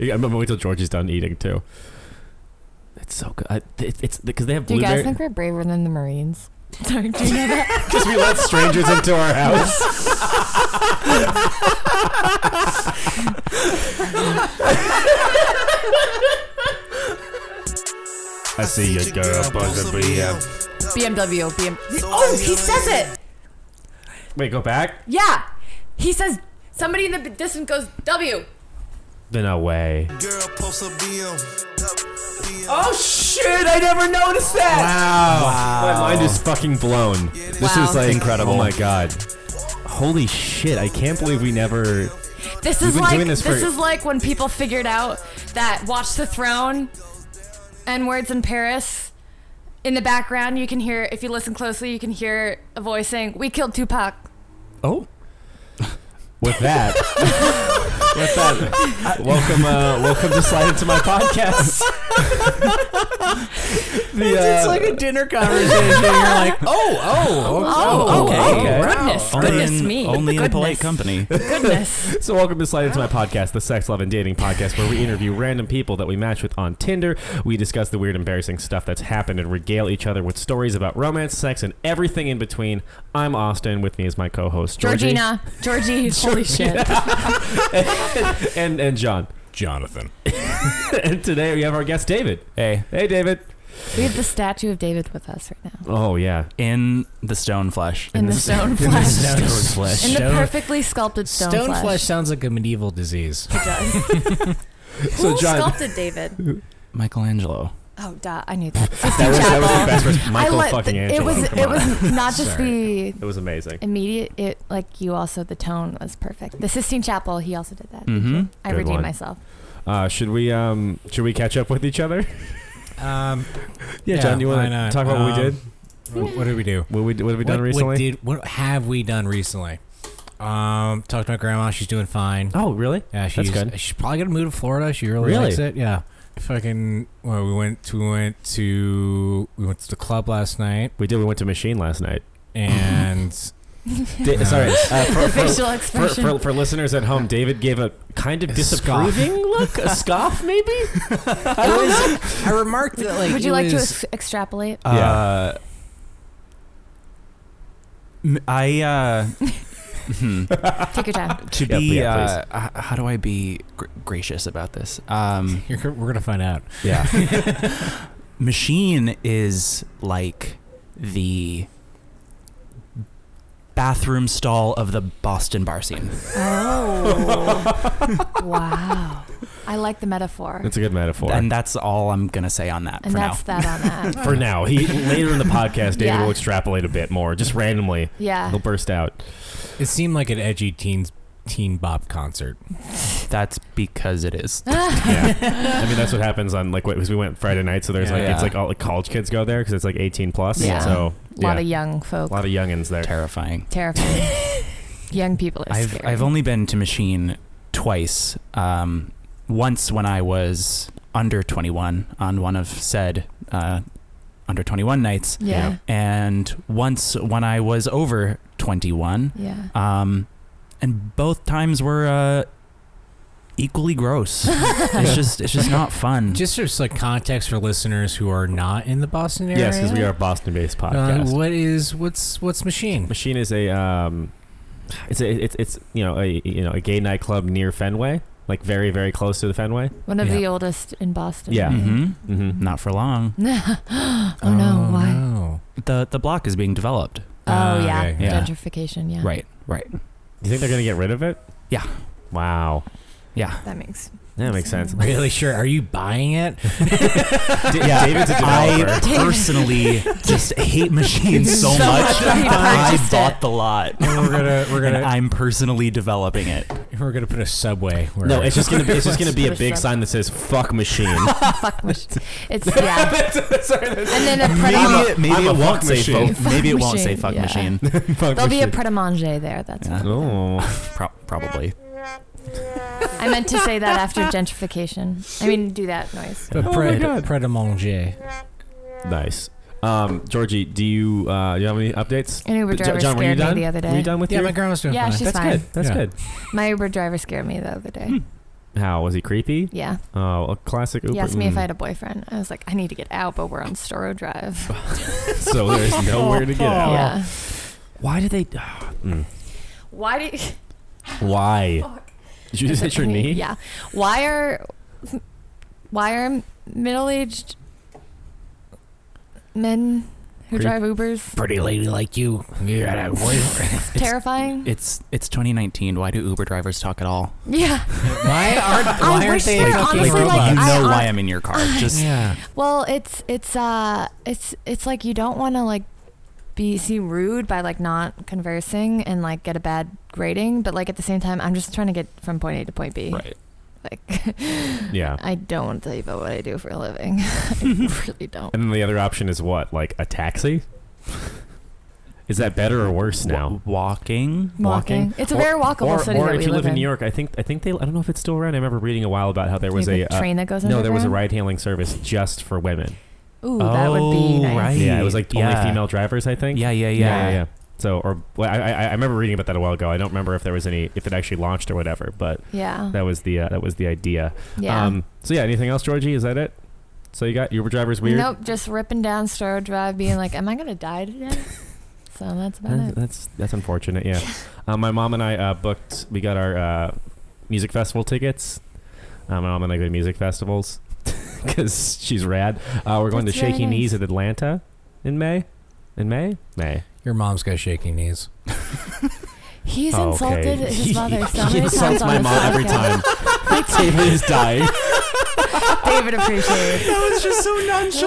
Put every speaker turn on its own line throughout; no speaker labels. I'm gonna wait till George is done eating too. It's so good. I, it, it's because they have
Do you guys
blueberry.
think we're braver than the Marines? Sorry, do you know that?
Because we let strangers into our house.
I see your girl, buzzer BM.
BMW. BM-
Oh, he says it.
Wait, go back.
yeah. He says somebody in the distance goes W.
No way.
Girl, post a BM.
Oh shit! I never noticed that.
Wow.
My mind is fucking blown.
This
Wow.
is like
Incredible.
Oh my god.
Holy shit! I can't believe we never.
This
We've
is
been
like
doing
this,
this for-
is like when people figured out that Watch the Throne and Words in Paris. In the background, you can hear if you listen closely, you can hear a voice saying, "We killed Tupac."
Oh,
With that. with that. Welcome, uh, welcome to slide into my podcast. the,
It's
uh,
like a dinner conversation. You're like,
oh, oh,
Oh,
okay,
oh,
okay.
goodness,
Only
goodness
in,
me,
Only in a polite company.
Goodness. goodness.
So, welcome to Slide Into My Podcast, the sex, love, and dating podcast where we interview random people that we match with on Tinder. We discuss the weird, embarrassing stuff that's happened and regale each other with stories about romance, sex, and everything in between. I'm Austin. With me is my co host,
Georgina, Georgie, holy shit.
And, and John.
Jonathan.
And today we have our guest, David.
Hey.
Hey, David.
We have the statue of David with us right now
Oh, yeah.
In the stone flesh.
in the stone flesh,
flesh.
in the
Stone-
perfectly sculpted stone,
Stone
flesh.
flesh sounds like a medieval disease.
So,
Who
John.
sculpted David?
Michelangelo.
Oh, duh, I knew that.
That was, that was the best response.
I
Michael
let-
fucking
th-
Angelo.
It was.
Come
It
on.
was not just the
It was amazing.
immediate. It like you also the tone was perfect. The Sistine Chapel. He also did that.
Mm-hmm.
I
Mm, Good
redeemed
one.
myself.
Uh, should we um, should we catch up with each other?
Um,
Yeah, John, you
why
want to
not?
talk about what we did?
Um, What, what did we do?
What, we, what have we done
what,
recently?
What, did, what have we done recently? Um, talked to my grandma. She's doing fine.
oh, really?
Yeah, she's
good.
she's probably gonna move to Florida. She really,
Really?
likes it. Yeah. Fucking. Well, we went to, we went to we went to the club last night
We did. We went to Machine last night.
and
Da-
Yeah.
Sorry, uh, for,
The
for,
facial
for,
expression.
for, for listeners at home, David gave a kind of
A
disapproving look, a scoff maybe.
I, was, I remarked that like
Would you
it
like to
was-
ex- extrapolate?
Uh, m- I, uh, hmm.
Take your time.
to
Yeah,
be,
yeah, please.
uh, h- how do I be gr- gracious about this? Um,
You're, we're gonna find out.
yeah. Machine is like the bathroom stall of the Boston bar scene.
Oh, wow! I like the metaphor,
It's a good metaphor.
And that's all I'm going to say on that
and
for
that's
now.
that on that.
for now, he later in the podcast, David
Yeah. Uh.
will extrapolate a bit more, just randomly.
Yeah.
He'll burst out.
It seemed like an edgy teens teen bop concert.
That's because it is.
Yeah, I mean that's what happens on like because we went Friday night, so there's
Yeah.
like it's
Yeah.
like all like college kids go there because it's like 18 plus.
Yeah.
So
A
yeah,
lot of young folk.
a lot of youngins there.
Terrifying.
Terrifying. young people are
I've
scary.
I've only been to Machine twice. Um, once when I was under 21 on one of said uh, under 21 nights,
Yeah.
and once when I was over 21.
Yeah.
Um, and both times were uh, equally gross. it's just it's just not fun.
Just as like context for listeners who are not in the Boston area.
Yes, because we are a Boston-based
Uh,
podcast.
what is what's what's machine?
Machine is a um, it's a it's it's you know a you know a gay nightclub near Fenway, like very very close to the Fenway.
One of
Yeah.
the oldest in Boston.
Yeah.
hmm
Mm-hmm.
Not for long.
oh, no, why?
no.
The the block is being developed.
Oh
Ah,
yeah.
okay,
yeah.
gentrification. Yeah,
Right. Right.
You think they're gonna get rid of it?
Yeah.
Wow.
Yeah.
That makes
That makes sense.
Really sure? Are you buying it?
D- yeah. David's a developer.
I personally just hate machines so,
So
much.
much that he
I
purchased
bought
it.
the lot.
And we're gonna we're
And
gonna
I'm personally developing it.
we're gonna put a subway. Where
no, it's just gonna be, it's just gonna be a
What is
big
that?
sign that says "fuck machine."
fuck. much- It's yeah. and then a
Maybe,
pret-
it- maybe
I'm a
it
fuck
won't say
machine.
fuck. Maybe it won't say
machine,
fuck
yeah.
machine.
fuck
there'll be a
machine.
pret a manger there. That's
Yeah.
what
oh.
Pro- probably.
I meant to say that after gentrification. I mean, do that noise.
But
Oh my
pret,
God.
pret a manger.
Nice. Um, Georgie, do you uh, you have any updates?
An Uber
Jo-
driver
John, were you
scared me
done?
the other
Were you
day.
done with
Yeah,
your?
my grandma's doing
Yeah,
fine.
she's
That's
fine.
good. That's
Yeah.
good.
My Uber driver scared me the other day.
Hmm.
How was he creepy?
Yeah.
Oh, a classic Uber.
He asked me if
Mm.
I had a boyfriend. I was like, I need to get out, but we're on Storo Drive.
so there's nowhere to get out.
Yeah.
Why did they? Mm.
Why do you,
Why? Did you just hit your knee?
Yeah. Why are why are middle aged men who
Creep.
drive Ubers
Pretty lady like you. Yeah,
terrifying?
It's it's 2019. Why do Uber drivers talk at all?
yeah.
Why aren't
I
why aren't
wish
they
there-
fucking
honestly,
robots?
like,
you
I-
know
I-
why I'm in your car. Just
yeah.
Well, it's it's uh it's it's like you don't want to like be seem rude by like not conversing and like get a bad grading, but like at the same time, I'm just trying to get from point A to point B.
right.
Like
Yeah.
I don't want to tell you about what I do for a living. I really don't.
And then the other option is what? Like a taxi? is that better or worse now?
Wa- walking.
Walking.
It's a
Or-
very walkable
or,
city
or
that
if
we
you
live
in New York, I think I think they I don't know if it's still around. I remember reading a while about how there
You
was
have
a
a
uh,
train that goes
no, there was a
underground?
ride-hailing service just for women.
Ooh, that would be
Oh,
nice.
right.
Yeah, it was like
Yeah.
only female drivers, I think.
Yeah, yeah, yeah.
yeah, yeah. yeah. So, or well, I, I, I remember reading about that a while ago. I don't remember if there was any, if it actually launched or whatever. But
Yeah.
that um, was the uh, that was the idea.
yeah.
so yeah, anything else, Georgie? Is that it? So you got Uber drivers weird.
Nope, just ripping down Storo Drive, being like, "Am I gonna die today?" so that's about
That's
it.
that's, that's unfortunate. Yeah, um, my mom and I uh, booked. We got our uh, music festival tickets. Um, my mom and I go to music festivals because she's rad. Uh, we're going
That's
to
really
Shaky
nice.
Knees at Atlanta in May. In May, May.
Your mom's got shaking knees.
He's
Okay.
insulted his mother so
He
many times
insults
on
my
this
mom every
podcast.
time. David is dying.
David appreciates.
That was just so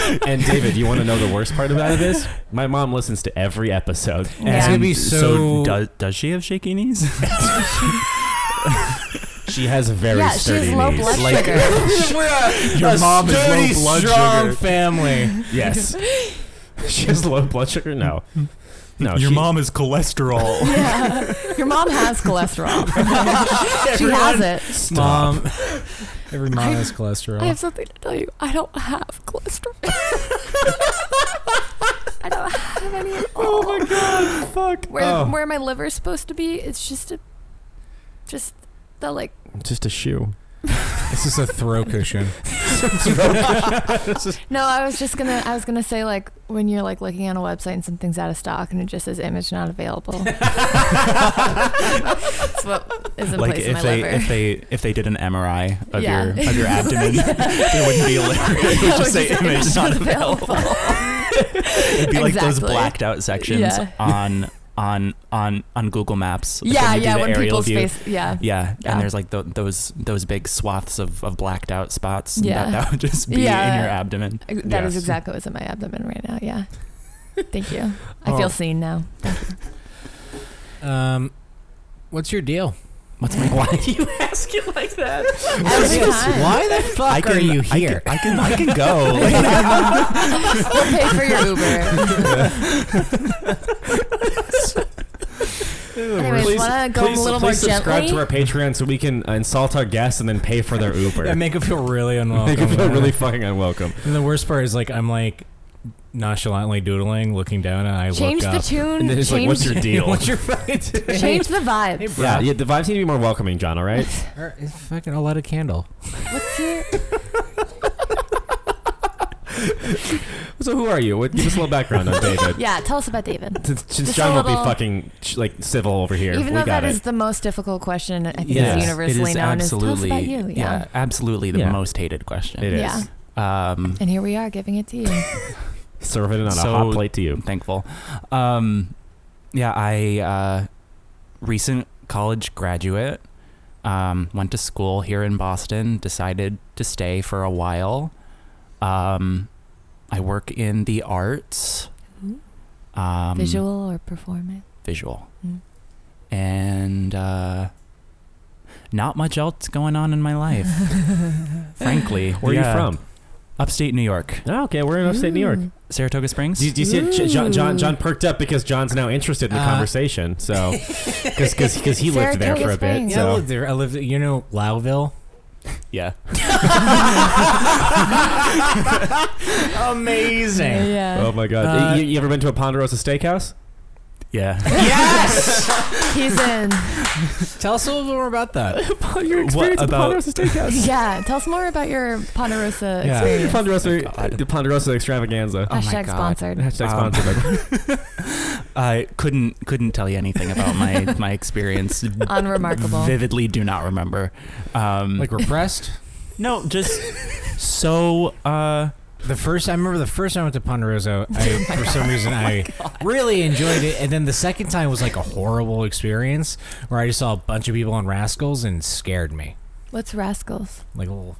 nonchalant.
And David, you want to know the worst part about this? My mom listens to every episode.
It's
Yeah.
gonna be so.
does does she have shaky knees?
She has very
yeah, she
sturdy
has low
knees.
blood
Like-
sugar.
Your mom is low
sturdy,
blood
strong
sugar.
family.
Yes. she has low blood sugar? No. No. she-
is cholesterol.
yeah. Your mom has cholesterol. she has it.
Stop.
Mom. Every mom has cholesterol.
I have something to tell you. I don't have cholesterol. I don't have any at all. Oh my god! Fuck. Where
Oh.
where my liver's supposed to be? It's just a, just the like.
Just a shoe.
this is a throw cushion.
No, I was just gonna. I was gonna say like when you're like looking on a website and something's out of stock and it just says image not available. That's what is in
like
place in my
if they
liver.
if they if they did an MRI of
Yeah.
your of your abdomen, there wouldn't be a liver. It would just say image not available. It'd be like those
Exactly.
blacked out sections
Yeah.
on on on on Google Maps. like
yeah,
when you do
yeah.
the
When
aerial
people's
view.
face. Yeah.
Yeah,
Yeah.
and there's like tho- those those big swaths of, of blacked out spots.
Yeah.
that, that would just be
Yeah.
in your abdomen.
That is
Yes.
exactly what's in my abdomen right now. Yeah. Thank you. I
Oh.
feel seen now.
Um, what's your deal?
What's my
Why do you ask it like that?
Every time.
Why the fuck
I can-
are you
I can-
here?
I can I can go.
We'll pay for your Uber. Anyways,
Please-
want to go
please,
a little more
please subscribe
gently?
to our Patreon so we can uh, insult our guests and then pay for their Uber.
I make her feel really unwelcome.
Make them feel really fucking unwelcome.
And the worst part is like I'm like nonchalantly doodling, looking down, and I
change
look
the
up.
tune.
And then it's
change,
like, what's your deal?
What's your fucking doing?
change the vibe.
Hey, bro.
yeah, yeah, the vibes need to be more welcoming, John, all right?
Or is fucking I'll light a candle.
What's your
so who are you? What, give us a little background on David.
yeah? Tell us about David.
Since, since
Just
John
a
won't be
little-
fucking sh- like civil over here,
Even
we
though
got
that
it.
is the most difficult question, I think
Yes, it
is
is
universally known as tell us about you.
yeah.
Yeah.
absolutely the
Yeah.
most hated question.
It is.
Yeah.
Um,
And here we are giving it to you.
Serving it on
So-
a hot plate to you.
I'm thankful. Um, yeah, I uh, recent college graduate. Um, went to school here in Boston. Decided to stay for a while. Um, I work in the arts.
Ooh.
Um,
Visual or performance?
Visual.
Mm.
And uh, not much else going on in my life, frankly.
Where are
Yeah.
you from?
Upstate New York,
Oh, okay, we're in upstate New York.
Ooh.
Saratoga Springs.
Do you, do you see it? J- John, John,
Ooh.
John perked up because John's now interested in the
Uh,
conversation. So, because he lived there
Saratoga
for a bit.
Springs.
Yeah, I
So,
lived there. I lived. You know, Lowville.
yeah.
Amazing.
Yeah.
oh my God,
Uh,
Uh.
Oh you, you ever been to a Ponderosa Steakhouse?
Yeah.
Oh.
Yes, he's in.
Tell us a little more about that.
Your experience at the
about-
Ponderosa Steakhouse.
Yeah, tell us more about your Ponderosa
Yeah.
experience.
Ponderosa,
Oh God.
the Ponderosa extravaganza.
Oh my
Hashtag
God.
sponsored.
Hashtag
Um,
sponsored by-
I couldn't couldn't tell you anything about my my experience.
Unremarkable.
Vividly do not remember. Um,
Like repressed.
no, just so uh,
The first I remember the first time I went to Ponderosa, I, for
Oh
some reason I really enjoyed it, and then the second time was like a horrible experience where I just saw a bunch of people on Rascals and scared me.
What's Rascals?
Like a little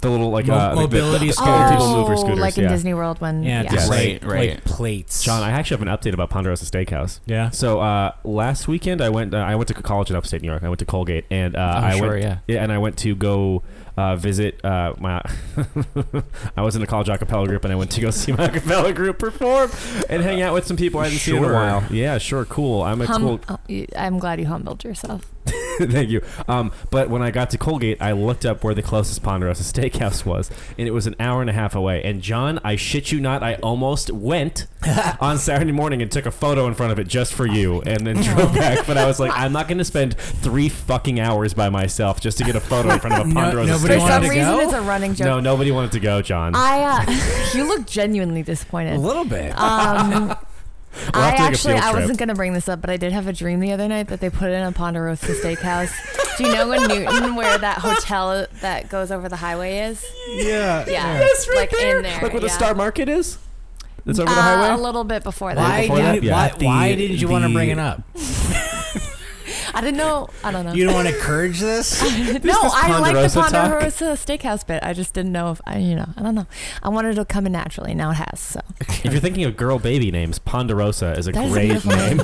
the little like
Mo-
uh, like the- the,
mobility
the
scooters.
people mover scooters.
Oh, like in
yeah.
Disney World when
yeah,
yeah,
just
Right,
like,
right.
like plates.
John, I actually have an update about Ponderosa Steakhouse.
yeah,
So uh, last weekend, I went. Uh, I went to college in upstate New York. I went to Colgate, and uh, I
Oh, sure,
went.
yeah.
and I went to go uh, visit uh, my. I was in a college a cappella group, and I went to go see my a cappella group perform and hang out with some people I hadn't seen in a
Sure.
while. Yeah, sure, cool. I'm a
Hum-
cool.
uh, you- I'm glad you humbled yourself.
Thank you. Um, but when I got to Colgate, I looked up where the closest Ponderosa Steakhouse was, and it was an hour and a half away. And John, I shit you not, I almost went on Saturday morning and took a photo in front of it just for you, and then drove back. But I was like, I'm not going to spend three fucking hours by myself just to get a photo in front of a
No-
Ponderosa
nobody
For
wanted
some
to
Steakhouse.
reason,
go?
it's a running joke.
No, nobody wanted to go, John.
I, uh, you look genuinely
a
disappointed.
little bit.
Um,
We'll
I
have to take a
actually
field
I
trip.
wasn't gonna bring this up, but I did have a dream the other night that they put in a Ponderosa Steakhouse. Do you know in Newton where that hotel that goes over the highway is?
yeah,
Yeah,
Yes, right
like
there.
in there.
Like where the
yeah.
Star Market is. That's over
uh,
the
A
highway.
little bit before that.
Why,
before that,
did,
yeah.
why,
The-
why did you want to
the-
bring it up?
I didn't know. I don't know.
You don't want to encourage this?
no,
is
I like
Ponderosa
the
talk.
Ponderosa Steakhouse bit. I just didn't know if I, you know, I don't know. I wanted it to come in naturally. Now it has. So
If you're thinking of girl baby names, Ponderosa is a
That is a
great
beautiful
name.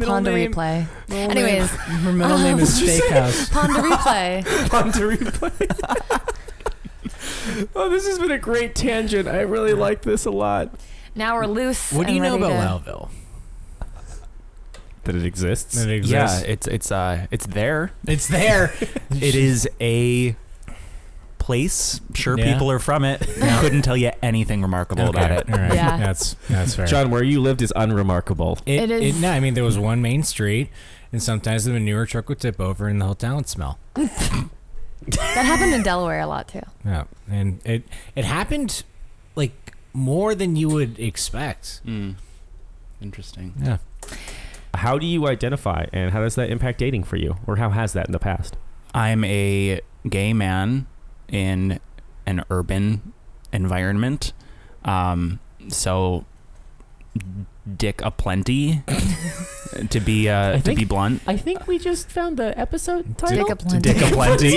Ponder replay. Anyways,
her middle name is Steakhouse.
Ponder replay.
on to replay. oh, this has been a great tangent. I really like this a lot.
Now we're loose.
What do
and
you know
ready
about
to-
Loudville?
That it exists.
It
yeah, it's it's uh it's there.
it's there.
It is a place. Sure,
Yeah.
people are from it. Couldn't tell you anything remarkable about it.
All right.
Yeah.
That's that's fair.
John, where you lived is unremarkable.
It,
It
it
is-
no, I mean there was one main street, and sometimes the manure truck would tip over, and the whole town would smell.
That happened in Delaware a lot too.
Yeah, and it it happened like more than you would expect.
Interesting.
Yeah,
How do you identify, and how does that impact dating for you, or how has that in the past?
I'm a gay man in an urban environment. Um, so dick aplenty to be uh, to
think-
be blunt.
I think we just found the episode
Dick
title.
a plenty.
Dick aplenty.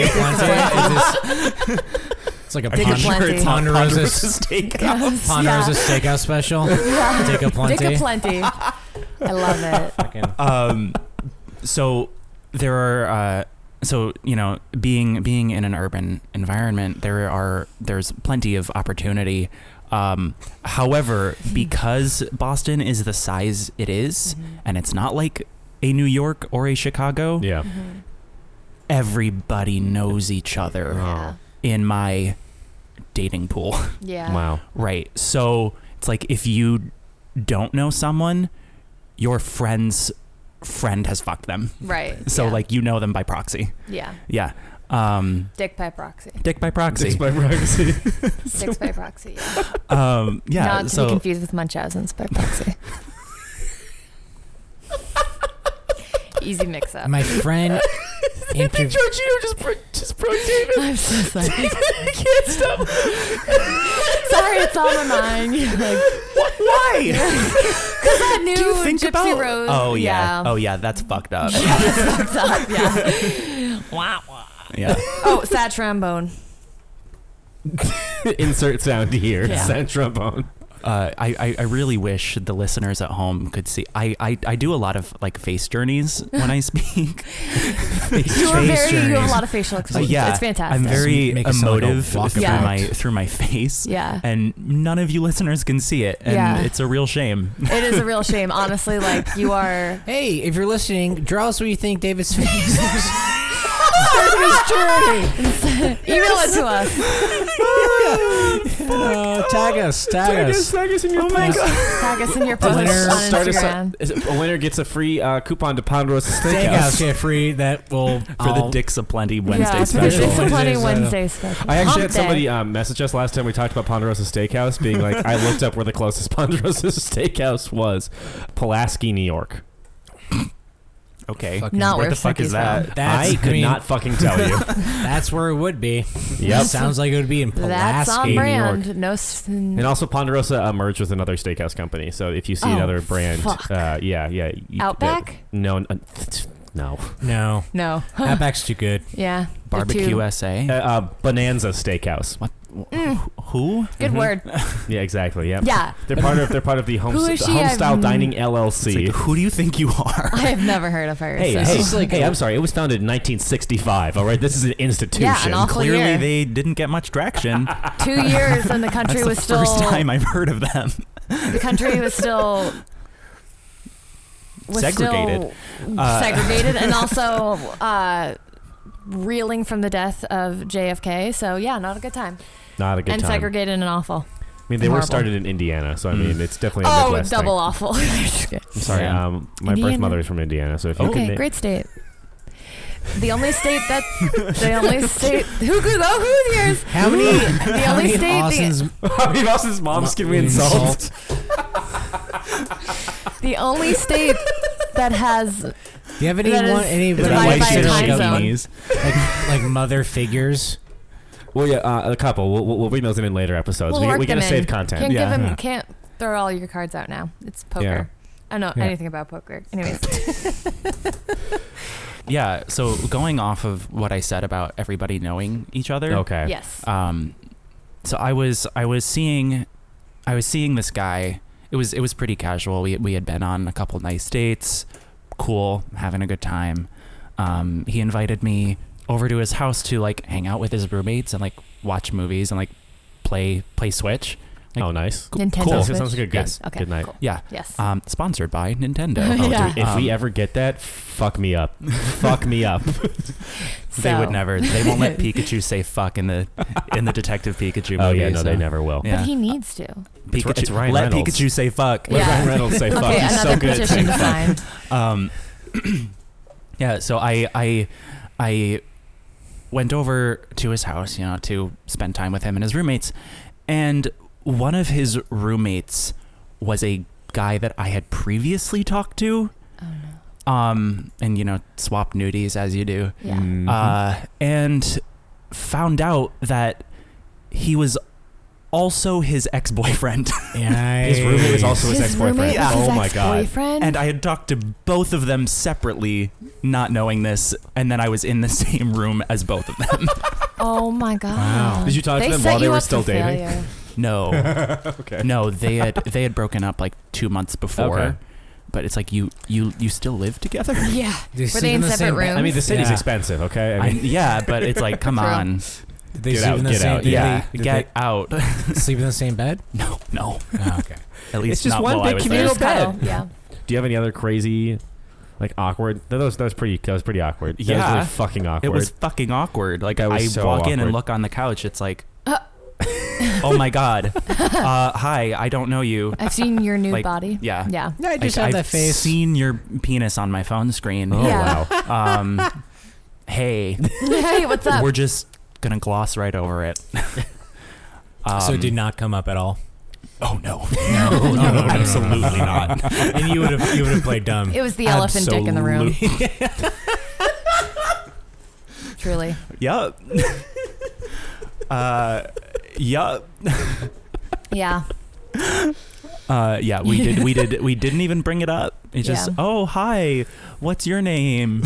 it's like a
Take a
pon-
plenty.
it's Ponderosa
Yes,
Ponderosa steakhouse special.
yeah.
Take a plenty.
Dick a plenty. I love it.
Fucking-
um, so there are uh, so you know being being in an urban environment there are there's plenty of opportunity um, however because boston is the size it is, and it's not like a new york or a chicago
Yeah.
Mm-hmm.
everybody knows each other
Yeah.
in my dating pool
Yeah.
Wow.
Right. So it's like if you don't know someone, your friend's friend has fucked them.
Right.
So
yeah.
like you know them by proxy.
yeah,
Yeah. Um,
dick by proxy.
dick by proxy.
by proxy.
Dicks by proxy. Yeah.
um, yeah.
Not to be
so
confused with Munchausen's by proxy. Easy mix up.
My friend. intro-
just pro- just pro
Oh,
David.
I'm so sorry. sorry, it's on my mind. Because
why?
I knew
Do you think
Gypsy
about?
Rose.
Oh yeah. Oh yeah. That's fucked up.
Yeah, that's fucked up, yeah.
yeah.
Oh, sad trombone.
Insert sound here.
Yeah.
Sound trombone.
Uh, I, I, I really wish the listeners at home could see. I, I, I do a lot of like face journeys when I speak. face
You are
face
very. You have a
journeys.
lot of facial expressions.
yeah,
it's fantastic.
I'm very
Make it sound like a
emotive
walkabout.
through
Yeah.
my through my face,
Yeah,
and none of you listeners can see it, and
Yeah.
it's a real shame.
it is a real shame. Honestly, like you are.
Hey, if you're listening, draw us what you think David's face. is.
Seriously,
journey.
Email it to us.
Uh, tag us. Tag us.
oh my God.
Tag us in your posts on
winner-
Start us
Instagram.
up- is it- a winner gets a free uh, coupon to Ponderosa
Steakhouse
Steakhouse.
get free. That will
for the
I'll-
Dicks of Plenty Wednesday
yeah,
special.
Dicks of-
Plenty
Wednesday
Wednesday special.
I actually
Hump
had somebody
day.
um, message us last time we talked about Ponderosa Steakhouse, being like, I looked up where the closest Ponderosa Steakhouse was, Pulaski, New York.
Okay,
Fucking-
Not
where
where
the fuck
Suki's
is that?
from.
That's,
I could
mean,
not fucking tell you.
That's where it would be.
yep.
Sounds like it would be in Pulaski,
That's on
New York.
brand. No. s-
And also, Ponderosa uh, merged with another steakhouse company. So if you see
Oh,
another brand,
fuck.
uh, yeah, yeah, you-
Outback?
uh, no, n- uh, no,
No,
No.
Outback's too good.
Yeah. the
Barbecue
two.
uh,
USA.
uh, Bonanza Steakhouse.
Who?
Mm, Good
Mhm.
word.
Yeah, exactly. Yeah,
Yeah.
They're part of they're part of the home,
Who is she?
home style
I've-
dining
It's
LLC.
like, who do you think you are?
I have never heard of her.
Hey,
so.
hey,
is like
hey,
a-
I'm sorry. It was founded in 1965. All right, this is an institution.
Oh, Yeah, an awful
Clearly,
year.
they didn't get much traction.
Two years when the
That's
country
the
was still
first time I've heard of them.
the country was still was
Segregated.
still
Uh,
segregated, and also uh, reeling from the death of JFK. So yeah, not a good time.
Not a good
and
time.
segregated and awful.
I mean, they were
Horrible.
started in Indiana, so I
Mm.
mean, it's definitely a
oh,
Midwest thing.
double awful.
I'm sorry.
Yeah.
Um, my birth
Indiana.
mother is from Indiana, so if you
okay,
can,
great state. The only state that the only state who could oh who's yours?
How many?
The
how
only
many
state the-
Austin's Mm,
Harvey Austin's mom's can we insult?
insult?
The only state that has
Do you have
That
anyone,
is
anybody
divided
like,
by a time
like-
zone.
like, like mother figures?
Well, yeah, uh, a couple. We'll, we'll, we'll bring those in in later episodes.
We'll
we
work
we gotta
them in.
save content.
Can't
Yeah.
give him.
Yeah.
Can't throw all your cards out now. It's poker.
Yeah.
I don't know
Yeah.
anything about poker. Anyways,
Yeah. So going off of what I said about everybody knowing each other.
Okay.
yes.
Um, so I was I was seeing, I was seeing this guy. It was it was pretty casual. We we had been on a couple nice dates. Cool, having a good time. Um, he invited me over to his house to like hang out with his roommates and like watch movies and like play play Switch. Like,
Oh, nice.
Nintendo
Cool.
Switch.
Sounds like a good,
Yes.
Okay.
good night. Uh,
cool.
Yeah.
Yes.
Um, sponsored by Nintendo.
Oh,
Yeah.
dude, if we
Um,
ever get that, fuck me up. fuck me up.
Oh, They would
So-
never. They won't let Pikachu say fuck in the in the Detective Pikachu movie.
Oh, yeah, no,
so-
they never will.
Yeah.
But he needs to.
It's Ri-
Pikachu,
it's Ryan
let
Reynolds.
Pikachu say fuck.
Let
Yeah.
Ryan Reynolds say fuck.
okay,
He's
another
so good at
petition
saying
to
fuck.
sign.
Um, yeah, so I I I went over to his house, you know, to spend time with him and his roommates, and one of his roommates was a guy that I had previously talked to,
Oh no.
um, and you know, swap nudies as you do.
Yeah.
Mhm.
uh, and found out that he was also his ex-boyfriend
His roommate was also his,
His
ex-boyfriend.
roommate was his
Oh my god.
ex-boyfriend?
and i had talked to both of them separately not knowing this and then i was in the same room as both of them
oh my god.
Wow.
Did you talk to
They
them
set
while they
you
were
up
still
for
dating?
failure.
no
okay.
no they had they had broken up like two months before
Okay.
but it's like you you you still live together
yeah.
They
Were
sleep
they in
the
separate
same
rooms?
I mean, the city's
Yeah.
expensive, okay?
I-
I mean,
yeah but it's like come
True.
on
Did they
Get
sleep
out,
in the
get
same,
out,
did
yeah
They, did
get out
they sleep in the same bed?
no no
Oh, okay.
at least
just
not
one
while I
big
was
They
there.
communal
just cuddle. Yeah.
do you have any other crazy, like awkward? That was that was pretty. That was pretty awkward. That was
Yeah.
really fucking awkward.
It was fucking awkward. Like
That
I
was so
walk in and
awkward.
look on the couch. It's like, oh my god, uh, hi, I don't know you.
I've seen your new
Like-
body.
Yeah,
Yeah.
No, I just
Like,
have
I've
that face.
seen your penis on my phone screen.
Oh
Yeah.
wow.
Um, hey,
hey, what's up?
we're just gonna gloss right over it. um,
so it did not come up at all.
Oh no,
No, no, no, no,
absolutely
no, no, no.
not.
and you would have you would have played dumb.
It was the elephant dick in the room. Truly.
Yup. Uh, yup.
Yeah.
Uh, yeah, we did. We did. We didn't even bring it up. It's just,
Yeah.
oh hi, what's your name?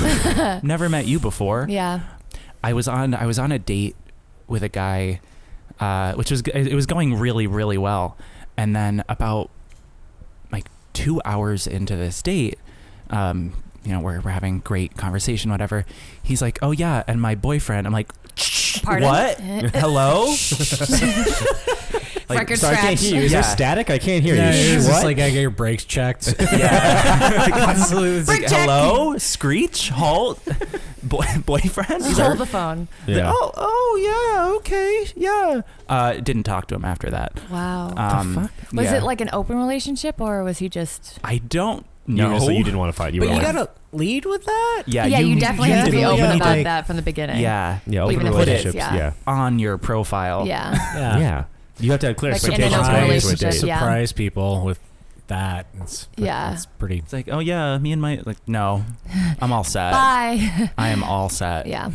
Never met you before.
Yeah.
I was on. I was on a date with a guy, uh, which was it was going really really well, and then about like two hours into this date, um, you know, we're, we're having great conversation, whatever. He's like, oh yeah, and my boyfriend. I'm like,
Pardon?
what? Hello? Like,
record
Sorry, I can't
scratch.
hear you. Is there
Yeah.
static? I can't hear
Yeah,
you.
it was just
What?
like I get your brakes checked.
Yeah. Constantly, it's like,
Brick check.
hello, screech, halt, boy, boyfriend. He's like,
Hold the phone.
Yeah.
Oh, oh, yeah, okay, yeah. Uh, didn't talk to him after that.
Wow.
Um,
was
yeah.
it like an open relationship or was he just?
I don't
You
know.
just- you didn't want to fight. You
but
were
you
like,
gotta lead with that.
yeah,
yeah, you, definitely
you
have to be
really
open
gotta
about
take-
that from the beginning.
Yeah,
yeah, open
Even if it is,
relationships.
yeah.
yeah.
on your profile.
Yeah.
Uh.
yeah, You have to have clear
Like, in an
expectations
open
going into a
relationship,
date.
yeah.
surprise people with that. It's,
Yeah.
it's pretty.
It's like, oh yeah, me and my like, no, I'm all set.
Bye.
I am all set.
yeah.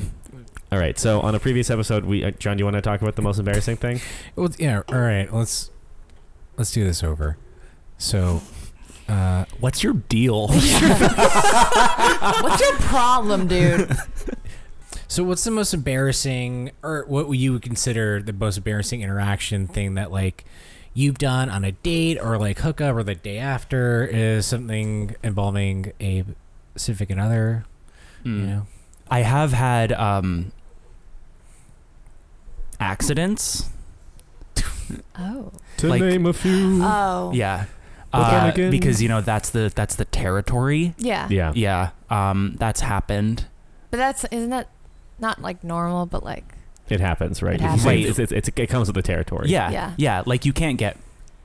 All right. So on a previous episode, we uh, John, do you want to talk about the most embarrassing thing?
Well, yeah. All right. Let's let's do this over. So, uh,
What's your deal?
What's your problem, dude?
so what's the most embarrassing, or what would you would consider the most embarrassing interaction thing that like you've done on a date or like hookup or the day after is something involving a significant other?
Mm.
You know.
I have had um, accidents.
Oh.
To
Like- name
a few.
Oh.
Yeah,
Well, then
Uh,
again-
because you know that's the that's the territory.
Yeah.
yeah.
Yeah, um, that's happened.
But that's isn't that not like normal, but like
it happens, right?
It
You-
happens.
It's,
Right.
it's, it's- it comes with the territory.
Yeah,
Yeah.
yeah, Like you can't get.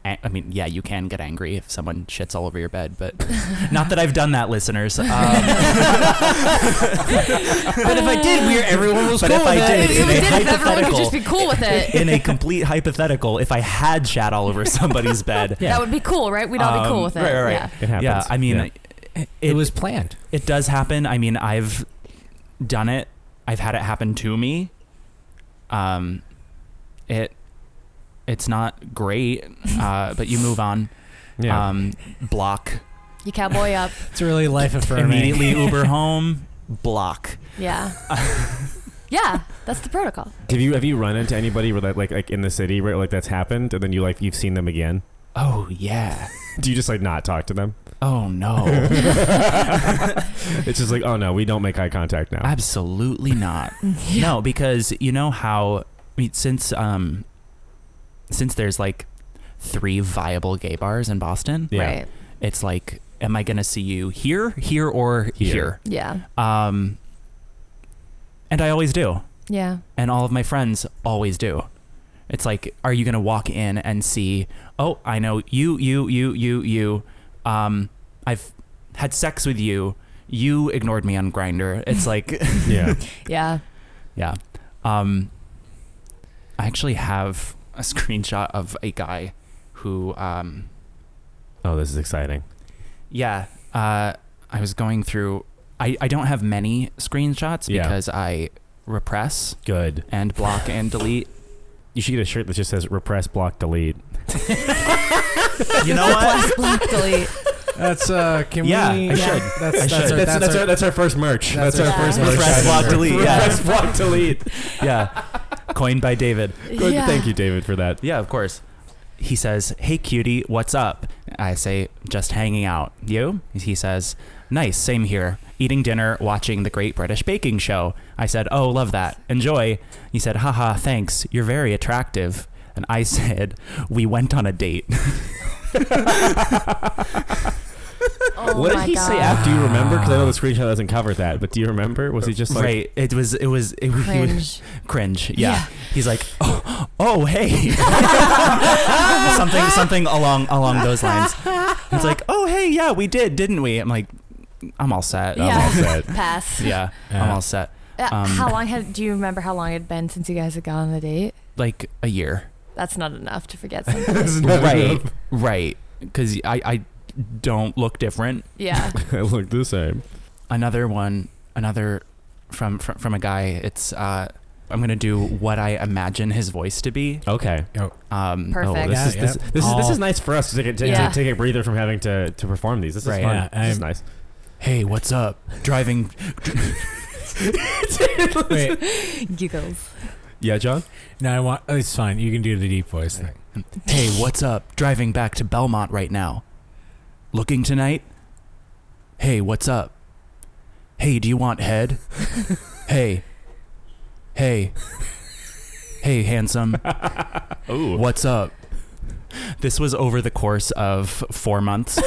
a- I mean, yeah, you can get angry if someone shits all over your bed, but not that I've done that, listeners. Um,
But if I did, we everyone was
But
cool
if
with
I
it.
did,
if,
in
we
a
did, if everyone could
hypothetical-
just be cool with it,
in a complete hypothetical, if I had shat all over somebody's bed,
Yeah.
that would be cool, right? We'd all be cool
Um,
with it.
right, right, right.
Yeah.
It happens.
yeah, I mean,
Yeah.
It,
It
it
was planned.
it does happen. I mean, I've done it. I've had it happen to me. Um, it it's not great, uh, but you move on.
yeah.
Um, block
You cowboy up.
It's really life affirming.
immediately. Uber home. Block.
Yeah. yeah. That's the protocol.
have you have you run into anybody where that like like in the city where like that's happened and then you like you've seen them again?
Oh yeah.
Do you just like not talk to them?
Oh no.
It's just like oh no, we don't make eye contact now.
Absolutely not. No, because you know how I mean, since um since there's like three viable gay bars in Boston,
yeah.
Right.
it's like am I going to see you here, here or
Here.
here?
Yeah.
Um and I always do.
Yeah.
And all of my friends always do. It's like are you going to walk in and see, "Oh, I know you you you you you um I've had sex with you. You ignored me on Grinder." It's like
Yeah.
Yeah.
yeah. Um, I actually have a screenshot of a guy who, um,
Oh, this is exciting.
yeah, uh, I was going through. I, I don't have many screenshots
Yeah.
because I repress
Good.
and block and delete.
You should get a shirt that just says repress, block, delete.
You know what?
Block delete.
That's uh. Can
Yeah,
we?
I should.
That's,
I
that's,
should.
Our, that's, our,
that's our first merch.
that's our
Yeah.
first
Repress,
merchandise.
block, delete. Yeah.
Repress, block, delete.
yeah. Coined by David.
Good.
Yeah.
Thank you, David, for that.
Yeah, of course. He says, Hey, cutie, what's up? I say, Just hanging out. You? He says, Nice, same here. Eating dinner, watching the Great British Baking Show. I said, Oh, love that. Enjoy. He said, Haha, thanks. You're very attractive. And I said, We went on a date.
Oh
what did
my
he say
God.
after you remember? Because I know the screenshot doesn't cover that, but do you remember? Was he just like,
right. It was, it was, it was he was-
Cringe.
cringe. Yeah. He's like, Oh, oh, hey. something, something along, along those lines. It's like, Oh, hey, yeah, we did, didn't we? I'm like, I'm all set.
Yeah.
all set.
Pass.
yeah, I'm
Yeah.
all set.
Uh,
Um,
how long had? Do you remember how long it had been since you guys had gone on a date?
Like a year,
That's not enough to forget something.
right? Right, because I I don't look different.
yeah.
I look the same.
Another one, another from from, from a guy. It's uh, I'm gonna do what I imagine his voice to be.
Okay.
Um,
Perfect.
Oh, This is this,
Yeah, yeah.
this is this
All-
is nice for us to take, a- to,
Yeah.
to take a breather from having to, to perform these. This is
Right.
fun.
Yeah,
this is
I'm-
nice.
Hey, what's up? Driving.
Wait,
Giggles.
Yeah, John.
no, I want. It's fine. You can do the deep voice thing.
Hey, what's up? Driving back to Belmont right now. Looking tonight. Hey, what's up? Hey, do you want head? hey. Hey. Hey, handsome.
Ooh.
What's up? This was over the course of four months.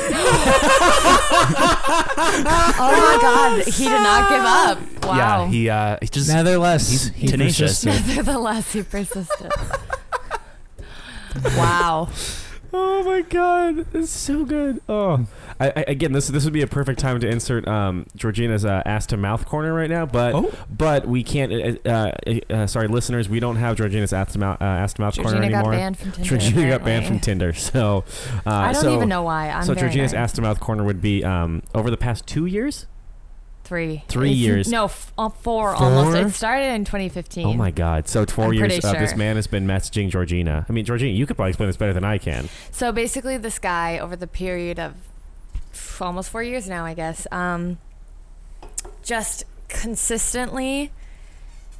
Oh my God, he did not give up. Wow.
Yeah, he uh, he just
Nevertheless,
he's tenacious.
persisted.
Nevertheless, he persisted. wow.
Oh my god, it's so good. Oh, I, I, again, this this would be a perfect time to insert um, Georgina's uh, ass to mouth corner right now, but
Oh.
but we can't. Uh, uh, uh, sorry, listeners, we don't have Georgina's ass to mouth, uh, ass to mouth corner
Georgina got
anymore.
banned from Tinder.
Georgina got
apparently.
banned from Tinder, so uh,
I don't
so,
even know why. I'm
so
very
Georgina's
annoyed.
ass to mouth corner would be um, over the past two years.
three.
Three
It's-
years.
No, f- uh, four,
Four?
almost. It started in 2015.
Oh my god! So 4
I'm
years.
pretty
Uh, this
sure.
man has been messaging Georgina. I mean, Georgina, you could probably explain this better than I can.
So basically, this guy over the period of f- almost four years now, I guess, um, just consistently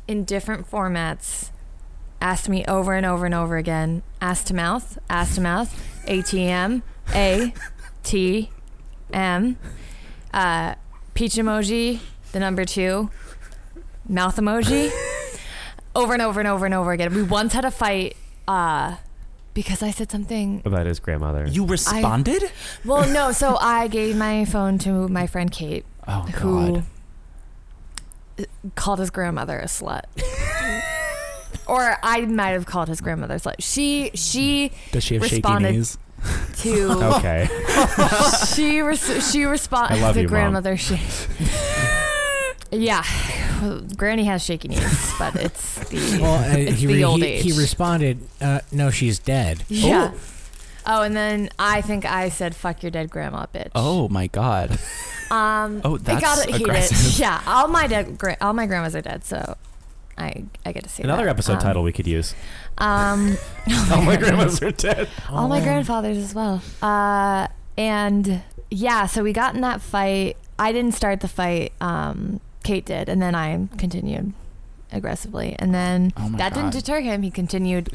in different formats asked me over and over and over again ass to mouth, ass to mouth, ATM, A, T, M, uh, peach emoji, the number two, mouth emoji, over and over and over and over again. We once had a fight uh, because I said something
About his grandmother.
You responded?
well, no. So I gave my phone to my friend Kate,
oh
who
god.
called his grandmother a slut, or I might have called his grandmother a slut. She she
Does she
have shaky responded- knees? to
okay.
she res- she responded
Oh, I love
the
you, Mom.
grandmother she. Yeah, well, Granny has shaky knees, but it's the
Well, uh,
It's
he,
the
re-
old
he, he
age.
responded, uh, "No, she's dead."
yeah. Oh, and then I think I said "fuck your dead grandma, bitch."
Oh my god.
Um,
Oh,
I
that's
got it heated.
aggressive.
Yeah, all my dead, gra- all my grandmas are dead, so I I get to see
Another
that.
episode
Um,
title we could use.
Um,
All my grandmas are dead.
all
Oh.
my
Um,
grandfathers as well. Uh, and yeah, so we got in that fight. I didn't start the fight. Um, Kate did, and then I continued aggressively, and then
Oh my
that
god.
didn't deter him. He continued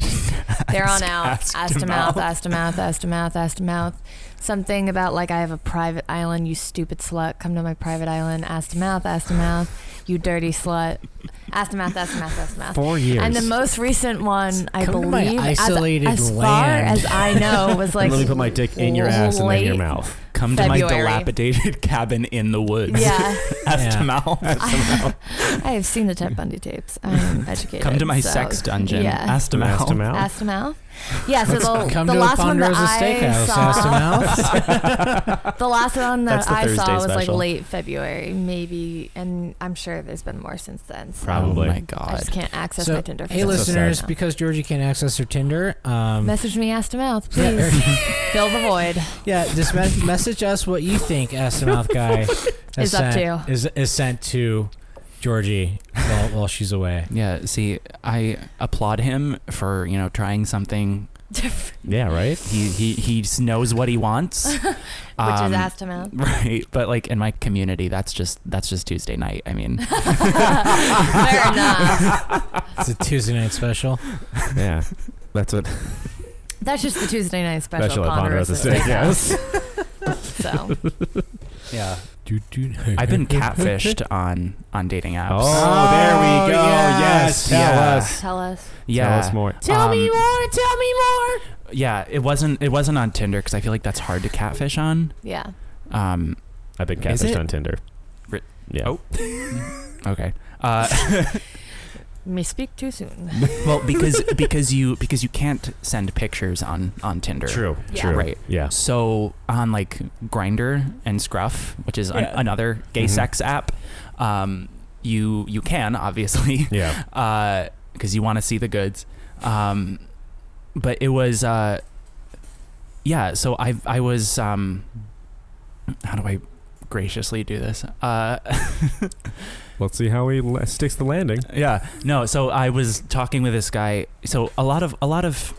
there on out, ass to mouth, ass to mouth, ass to mouth, ass to mouth. Something about like I have a private island, you stupid slut. Come to my private island, ass to mouth, ass to mouth, you dirty slut, ass to mouth, ass to mouth, ass to mouth.
Four years.
And the most recent one, I
Come to my
believe, as-
isolated
as, far
land.
as I know, was like
let me put my dick in your ass and then your
late-
mouth.
Come to my
February.
dilapidated cabin in the woods.
Yeah,
As
Yeah.
to mouth.
I, I have seen the Ted Bundy tapes. I'm educated.
Come to my
so,
sex dungeon. Oh
Yeah.
Ass to mouth.
Ass to mouth.
Ass to mouth. Yeah, so the,
Come
the
to
last
a
one that
Ponderosa
I
Steakhouse,
saw,
ass to mouth.
the last one
That's
that
the
I saw
Thursday
was like
special.
late February, maybe, and I'm sure there's been more since then. So
Probably.
Oh my
I
god.
just can't access
so,
my Tinder.
hey,
feed.
That's so sad.
listeners, because Georgie can't access her Tinder, um,
message me ass to mouth,
yeah,
please. Fill the void.
yeah, just me- message us what you think ass to mouth guy has
Is up
sent-
to.
is is sent to Georgie while, while she's away.
Yeah, see, I applaud him for, you know, trying something.
Yeah, right?
He he he just knows what he wants. Which
Which
Um,
is ass to mouth.
Right, but like in my community, that's just that's just Tuesday night. I mean,
Fair enough.
It's a Tuesday night special.
Yeah. That's what
That's just the Tuesday night special.
Special at
Ponderosa
Ponderosa Steakhouse.
So
yeah,
Do, do,
I've been catfished on on dating apps.
Oh, there we go. Yes, tell
Yeah.
us.
tell us.
yeah,
Oh. Tell us more.
Tell me
more. Tell me more.
Yeah, it wasn't it wasn't on Tinder because I feel like that's hard to catfish on.
Yeah.
Um,
I've been
Is
catfished
it?
on Tinder.
Ri-
Yeah.
Oh. okay. Uh,
Me speak too soon.
well, because because you because you can't send pictures on on Tinder.
True.
Yeah.
True.
Right.
Yeah.
So on like Grinder and Scruff, which is an-
Yeah.
another gay
Mhm.
sex app, um, you you can obviously
Yeah.
because you want to see the goods. Um, but it was, uh, yeah. So I I was, um, how do I graciously do this? Uh,
Let's see how he la- sticks the landing.
yeah, no. So I was talking with this guy. So a lot of a lot of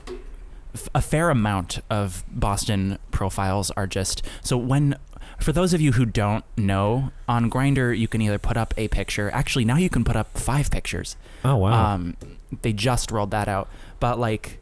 f- a fair amount of Boston profiles are just so when. For those of you who don't know, on Grinder you can either put up a picture. Actually, now you can put up five pictures.
Oh, wow.
Um, they just rolled that out, but like,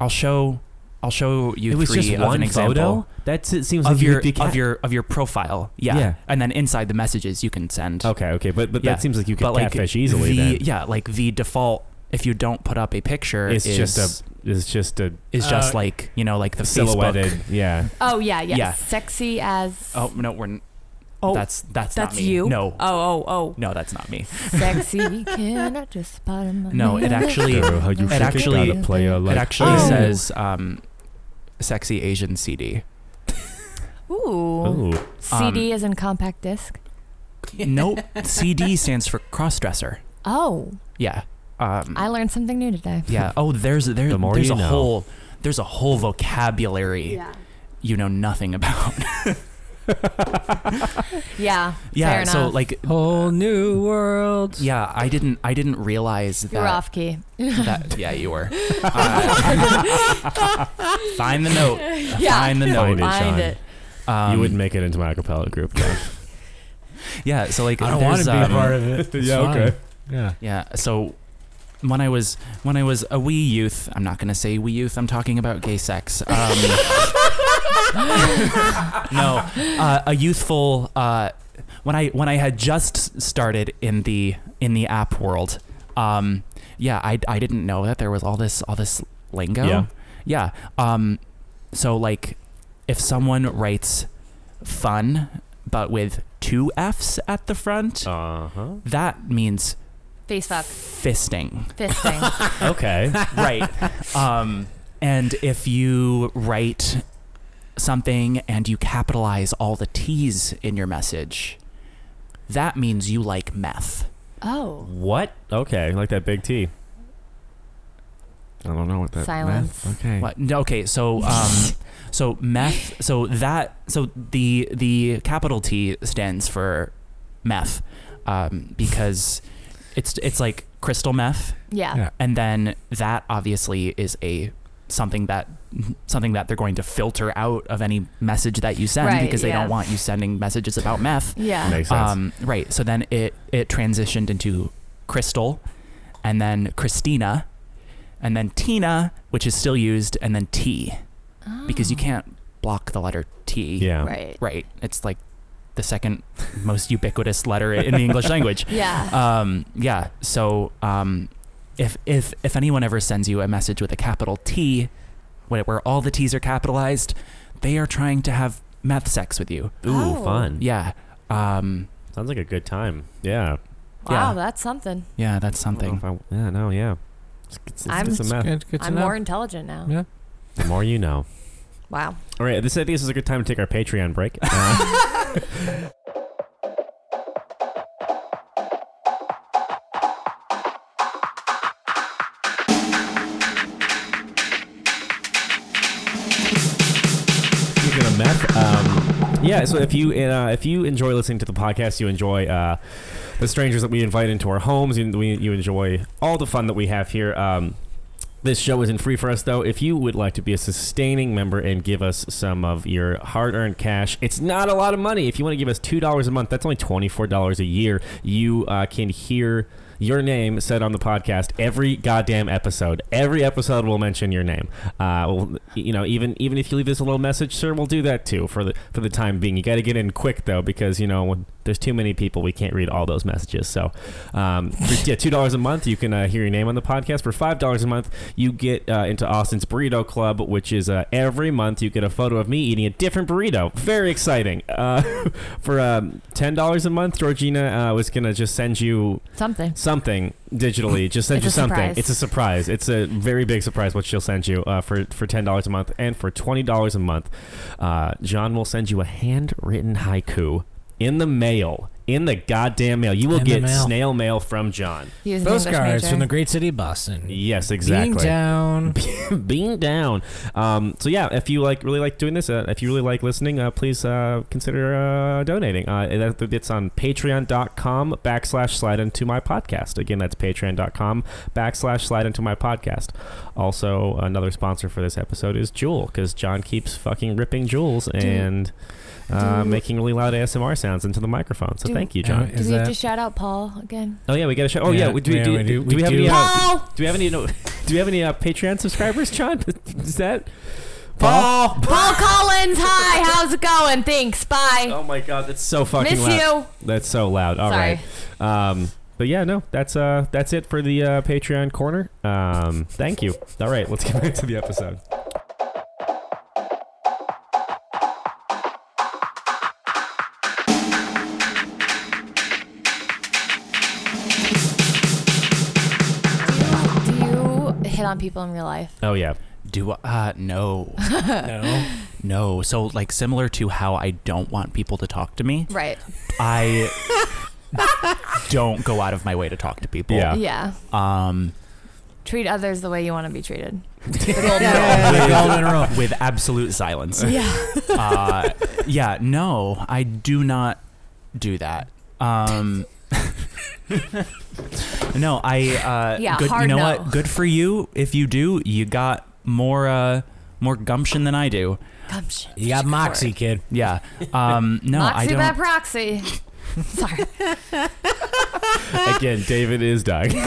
I'll show, I'll show you
it was
three
just
of
one
an
photo.
example
That's it seems
of
like
your
you'd be cat-
of your of your profile. Yeah.
Yeah.
and then inside the messages you can send.
Okay, okay. But but
Yeah.
that seems like you could
but like
catfish easily
the,
then.
Yeah, like the default if you don't put up a picture,
It's
is,
just a it's just a
is just
Uh,
like you know like the
silhouetted
Facebook.
yeah.
Oh yeah, yes.
Yeah.
Sexy as.
Oh no, we're. N-
Oh,
that's that's not
that's
me.
you?
No,
Oh oh
no, that's not me.
oh. Sexy. Can I just spot him?
No, it actually
Girl, how you
It
freaking
actually-
gotta play a
it
like-
actually
Oh.
says um, "sexy Asian CD."
Ooh.
Ooh.
um,
CD is in compact disc.
nope, CD stands for crossdresser.
Oh,
Yeah. Um,
I learned something new today.
yeah. Oh, there's there,
The more
there's
you
a
know.
whole there's a whole vocabulary you know nothing about.
Yeah.
yeah.
Fair
So
enough.
like,
Whole new world.
yeah, I didn't I didn't realize that.
You're off key.
that- yeah, you were. Uh, find the note.
Yeah.
Find the note.
Find it, Sean.
Um,
you wouldn't make it into my acapella group. Josh.
Yeah. So like,
I don't want to
there's,
be
um,
a part of it. It's
Yeah,
fine.
okay.
Yeah.
Yeah. So when I was when I was a wee youth, I'm not gonna say wee youth. I'm talking about gay sex. Um, no, uh, a youthful. Uh, when I when I had just started in the in the app world, um, yeah, I, I didn't know that there was all this all this lingo.
Yeah.
Yeah. Um, so like, if someone writes fun but with two F's at the front,
Uh huh.
that means
Face fuck.
fisting.
Fisting.
Okay.
right. Um, and if you write something and you capitalize all the T's in your message, that means you like meth.
Oh.
what? Okay, like that big T. I don't know what that.
Silence.
Okay.
What? no, Okay, so um, so meth. So that so the the capital T stands for meth, um, because it's it's like crystal meth,
Yeah.
Yeah.
and then that obviously is a something that something that they're going to filter out of any message that you send
Right,
because they
yeah.
don't want you sending messages about meth.
Yeah.
Makes sense.
Um, right. So then it it transitioned into Crystal, and then Christina, and then Tina, which is still used, and then T because
Hmm.
you can't block the letter T.
yeah.
Oh. Right.
Right. It's like the second most ubiquitous letter in the English language
Yeah.
um, yeah. So um, if if if anyone ever sends you a message with a capital T, where, where all the T's are capitalized, they are trying to have meth sex with you.
Ooh,
Oh.
fun.
Yeah. Um,
Sounds like a good time. Yeah.
wow,
yeah.
that's something.
yeah, that's
I don't know
something.
if I- yeah. No. Yeah. It's, it's,
I'm-
it's a mess.
Good, good to
I'm
know.
more intelligent now.
Yeah.
The more you know.
Wow.
All right. This I think this is a good time to take our Patreon break. Uh, Speaking of meth, um, yeah. So if you uh, if you enjoy listening to the podcast, you enjoy uh, the strangers that we invite into our homes. You, we, you enjoy all the fun that we have here. Um, this show isn't free for us, though. If you would like to be a sustaining member and give us some of your hard earned cash, it's not a lot of money. If you want to give us $2 a month, that's only $24 a year. You uh, can hear your name said on the podcast every goddamn episode. Every episode will mention your name. Uh, well, you know, even even if you leave us a little message, sir, we'll do that too for the for the time being. You got to get in quick though, because you know when there's too many people, we can't read all those messages. So, um, for, yeah, two dollars a month, you can uh, hear your name on the podcast. For five dollars a month, you get uh, into Austin's Burrito Club, which is uh, every month you get a photo of me eating a different burrito. Very exciting. Uh, for um, ten dollars a month, Georgina uh, was gonna just send you
Something.
something digitally. Just send
It's
you
a
something.
surprise.
It's a surprise. It's a very big surprise what she'll send you uh, for for ten dollars a month and for twenty dollars a month. Uh, John will send you a handwritten haiku in the mail. In the goddamn mail, you will
In the
get
mail.
snail mail from John.
He was an English
Postcards
major.
from the great city of Boston.
Yes, exactly.
Being down.
Being down. Um, so yeah, if you like really like doing this, uh, if you really like listening, uh, please uh, consider uh, donating. Uh, and that- it's on patreon.com backslash slide into my podcast. Again, that's patreon.com backslash slide into my podcast. Also, another sponsor for this episode is Jewel because John keeps fucking ripping jewels and uh,
do-
making really loud ASMR sounds into the microphone. So
Do-
thank you, John.
Uh,
Do
is
we have
that-
to shout out Paul again?
Oh yeah, we got to show. Oh yeah,
Yeah,
we, do, we-
yeah,
do,
we do-
do we
we
have
do.
any? Uh,
Paul!
do we have any? No, do we have any uh, Patreon subscribers, John? Is that Paul?
Paul Collins, hi, how's it going? Thanks, bye.
Oh my God, that's so fucking
Miss
loud.
you.
That's so loud. All
Sorry.
right. Um, but yeah, no, that's uh, that's it for the uh, Patreon corner. Um, thank you. All right, let's get back to the episode.
Do you, do you hit on people in real life?
Oh yeah,
Do I? Uh, no.
No.
No. So, like, similar to how I don't want people to talk to me,
Right.
I don't go out of my way to talk to people.
Yeah.
Yeah.
Um,
Treat others the way you want to be treated.
Yeah, golden rule.
with absolute silence.
Yeah.
Uh, yeah. No, I do not do that. Um, no, I. Uh,
Yeah,
Good,
hard
you know
no.
what? Good for you. If you do, you got more. Uh, more gumption than I do.
Gumption.
You got moxie, kid.
Yeah. Um, no, I
Moxie
don't.
by proxy. Sorry. Ah.
Again, David is dying.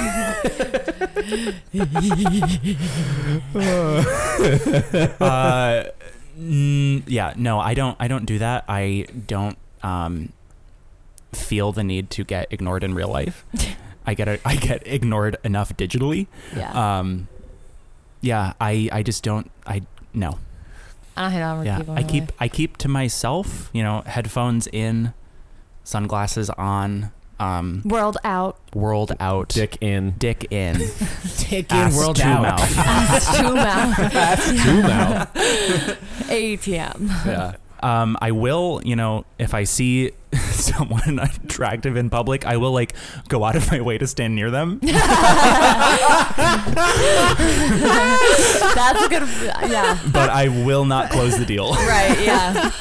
uh, n- yeah, no, I don't. I don't do that. I don't um, feel the need to get ignored in real life. I get a, I get ignored enough digitally.
Yeah.
Um, yeah, I I just don't. I no.
I don't hit on
Yeah,
people. in
I
real
keep
life.
I keep to myself. You know, headphones in, sunglasses on, um,
world out.
world out,
Dick in.
dick in,
Tick in,
ass
world
to
out.
mouth.
Ass to mouth.
Two mouth.
ATM.
yeah. Um, I will, you know, if I see someone attractive in public, I will like go out of my way to stand near them.
That's a good. Yeah.
But I will not close the deal.
Right. Yeah.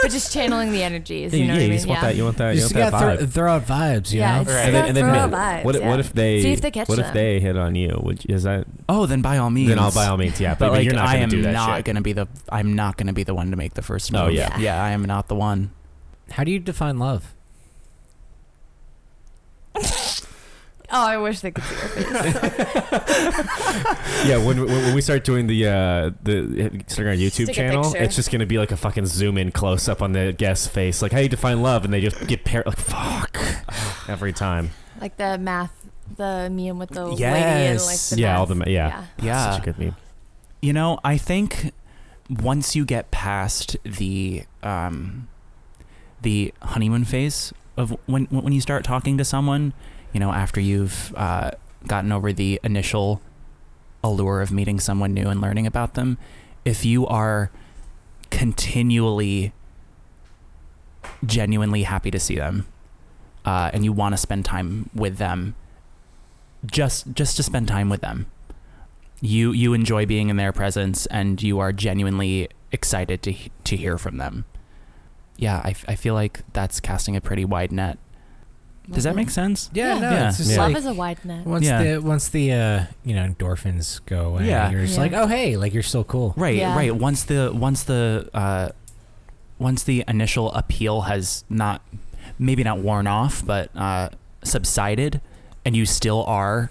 but just channeling the energies. You
yeah,
know what I
you
mean?
just want
yeah.
that. You want that. You
Just
want that
gotta
vibe.
throw, throw out vibes, you
yeah.
know?
It's
Right.
right.
And
then- and then
throw
no.
vibes.
what,
yeah.
what if they?
See if they catch
what if
them.
they hit on you? Would you- is that?
Oh, then by all means.
Then all by all means, yeah.
But like,
you're not
I
gonna
am
do that
not
shit.
gonna be the. I'm not gonna be the one to make the first move.
Oh, yeah.
yeah. I am not the one.
How do you define love?
Oh, I wish they could see your face.
yeah, when, when, when we start doing the uh, the starting our YouTube
Stick a
channel,
picture.
it's just gonna be like a fucking zoom in close up on the guest's face, like how you define love, and they just get paired like fuck every time.
Like the math, the meme with the lady and like
Yes.
the
yeah,
math.
all the ma- yeah,
yeah.
Yeah.
such a good meme.
You know, I think once you get past the um, the honeymoon phase of when when you start talking to someone, you know, after you've uh, gotten over the initial allure of meeting someone new and learning about them, if you are continually genuinely happy to see them uh, and you want to spend time with them just just to spend time with them you you enjoy being in their presence and you are genuinely excited to he- to hear from them. Yeah, I, f- I feel like that's casting a pretty wide net. Does
Mm-hmm.
that make sense?
Yeah,
Yeah.
no,
Yeah.
it's just
Yeah.
Love
like
is a wide net.
once
Yeah.
the once the uh, you know endorphins go away,
Yeah.
you're just
Yeah.
like, oh hey, like you're still cool.
Right,
Yeah.
right. Once the once the uh, once the initial appeal has not maybe not worn off, but uh, subsided, and you still are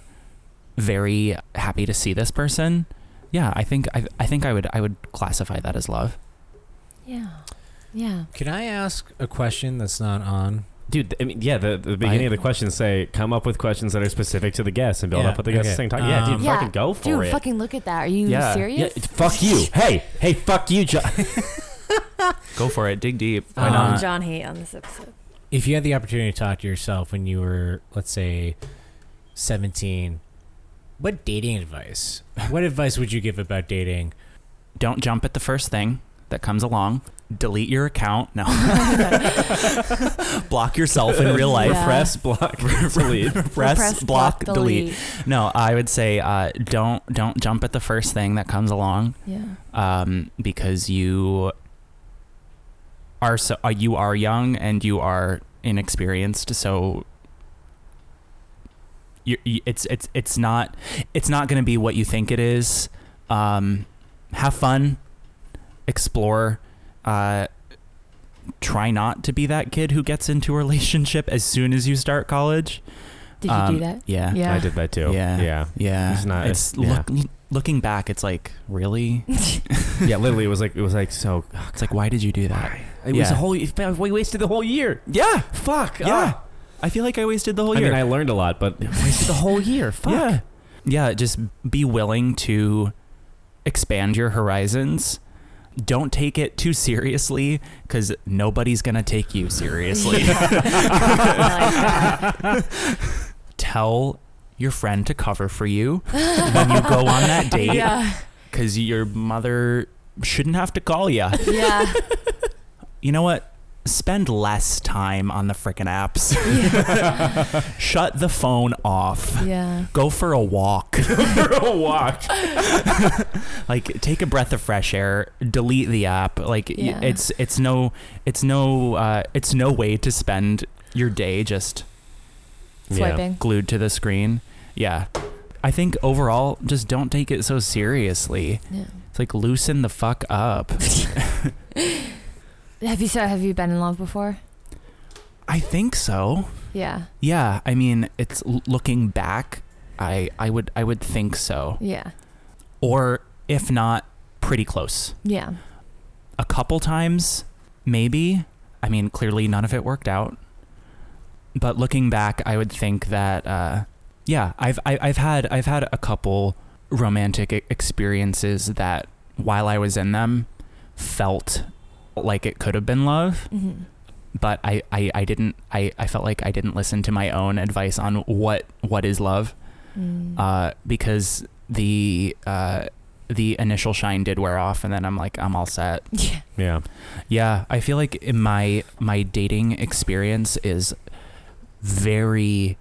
very happy to see this person. Yeah, I think I, I think I would I would classify that as love.
Yeah. Yeah.
Can I ask a question that's not on?
Dude, I mean, yeah, the, the beginning
I-
of the questions say come up with questions that are specific to the guest and build
Yeah,
up with the guest
okay.
saying, yeah, dude,
Um,
Yeah.
fucking go for
Dude,
it.
fucking look at that. Are you
Yeah.
serious?
Yeah, fuck you. Hey, hey, fuck you, John.
Go for it. Dig deep.
Oh,
Why not?
John Haight on this episode.
If you had the opportunity to talk to yourself when you were, let's say, seventeen, what dating advice? What advice would you give about dating?
don't jump at the first thing that comes along. Delete your account. No. block yourself in real life.
Yeah.
Repress, block, delete.
Repress,
Repress,
block,
block,
delete.
delete.
No, I would say uh, don't don't jump at the first thing that comes along
Yeah.
um, because you are so uh, you are young and you are inexperienced. So you, you, it's it's it's not it's not going to be what you think it is. Um, have fun, explore. Uh, try not to be that kid who gets into a relationship as soon as you start college.
Did you do
Um,
that?
Yeah.
Yeah.
I did that too.
Yeah.
yeah.
Yeah,
It's not-
It's
yeah.
look, looking back. It's like really.
Yeah, literally, it was like it was like so.
It's like why did you do that?
It was
Yeah.
a whole. We wasted the whole year.
Yeah,
Fuck.
Yeah.
ah.
I feel like I wasted the whole
I
year.
mean, I learned a lot, but wasted the whole year. Fuck.
Yeah. Yeah, just be willing to expand your horizons. Don't take it too seriously because nobody's going to take you seriously. Tell your friend to cover for you when you go on that date
yeah,
because your mother shouldn't have to call you.
yeah.
You know what? Spend less time on the frickin' apps. Shut the phone off.
Yeah.
Go for a walk.
For a walk.
like take a breath of fresh air delete the app like y
Yeah.
it's it's no it's no uh, it's no way to spend your day just
Swiping.
glued to the screen yeah i think overall just don't take it so seriously
Yeah.
it's like loosen the fuck up
Have you so have you been in love before?
i think so
Yeah.
yeah i mean it's l- looking back i i would i would think so
Yeah.
or if not pretty close
Yeah.
a couple times, maybe. I mean, clearly none of it worked out. But looking back, I would think that, uh, yeah, I've I, I've had I've had a couple romantic e- experiences that, while I was in them, felt like it could have been love.
hmm
But I, I, I didn't I, I felt like I didn't listen to my own advice on what what is love
Mm.
Ah.
uh, because the uh, the initial shine did wear off, and then I'm like I'm all set.
yeah.
Yeah.
Yeah, I feel like in my my dating experience is very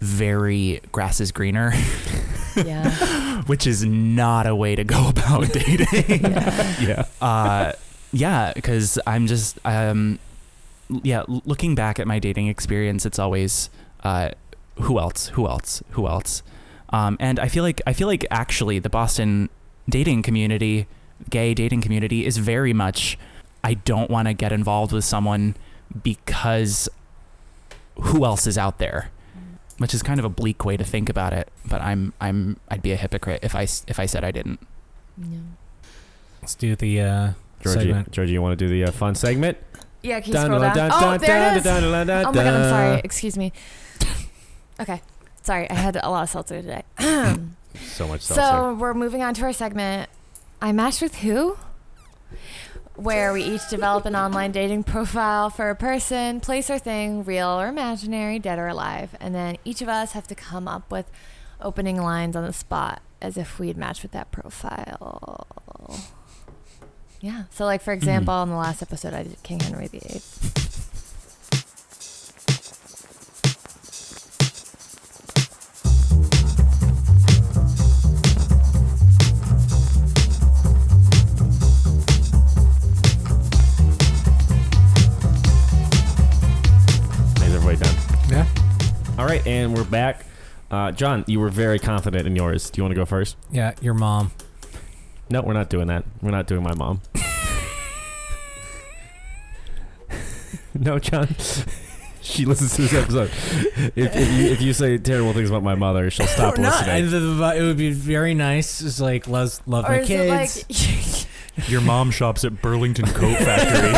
very grass is greener,
Yeah.
which is not a way to go about dating.
Yeah.
Yeah.
uh yeah, cuz I'm just um yeah, l- looking back at my dating experience, it's always uh who else? Who else? Who else? Um and I feel like I feel like actually the Boston dating community, gay dating community is very much I don't want to get involved with someone because who else is out there? Which is kind of a bleak way to think about it, but I'm I'm I'd be a hypocrite if I s- if I said I didn't.
Yeah.
Let's do the uh,
Georgie,
segment.
Georgie, you want to do the uh, fun segment?
Yeah, can you
Dun,
scroll
dun,
down?
dun,
oh,
dun,
there
dun,
it is.
dun, dun, dun,
oh my god, I'm sorry.
dun.
Excuse me. Okay. Sorry, I had a lot of seltzer today.
So much seltzer.
so we're moving on to our segment. I matched with who? Where we each develop an online dating profile for a person, place or thing, real or imaginary, dead or alive, and then each of us have to come up with opening lines on the spot as if we'd matched with that profile. Yeah. So, like
Hmm.
for example, in the last episode, I did King Henry VIII.
Is everybody done?
Yeah.
All right, and we're back. Uh, John, you were very confident in yours. Do you want to go first?
Yeah, your mom.
No, we're not doing that. We're not doing my mom. no, John. she listens to this episode. If, if, you, if you say terrible things about my mother, she'll stop
Or not. I-
listening.
the- the- it would be very nice. It's like loves, love
or
my
is
kids.
it like
Your mom shops at Burlington Coat Factory.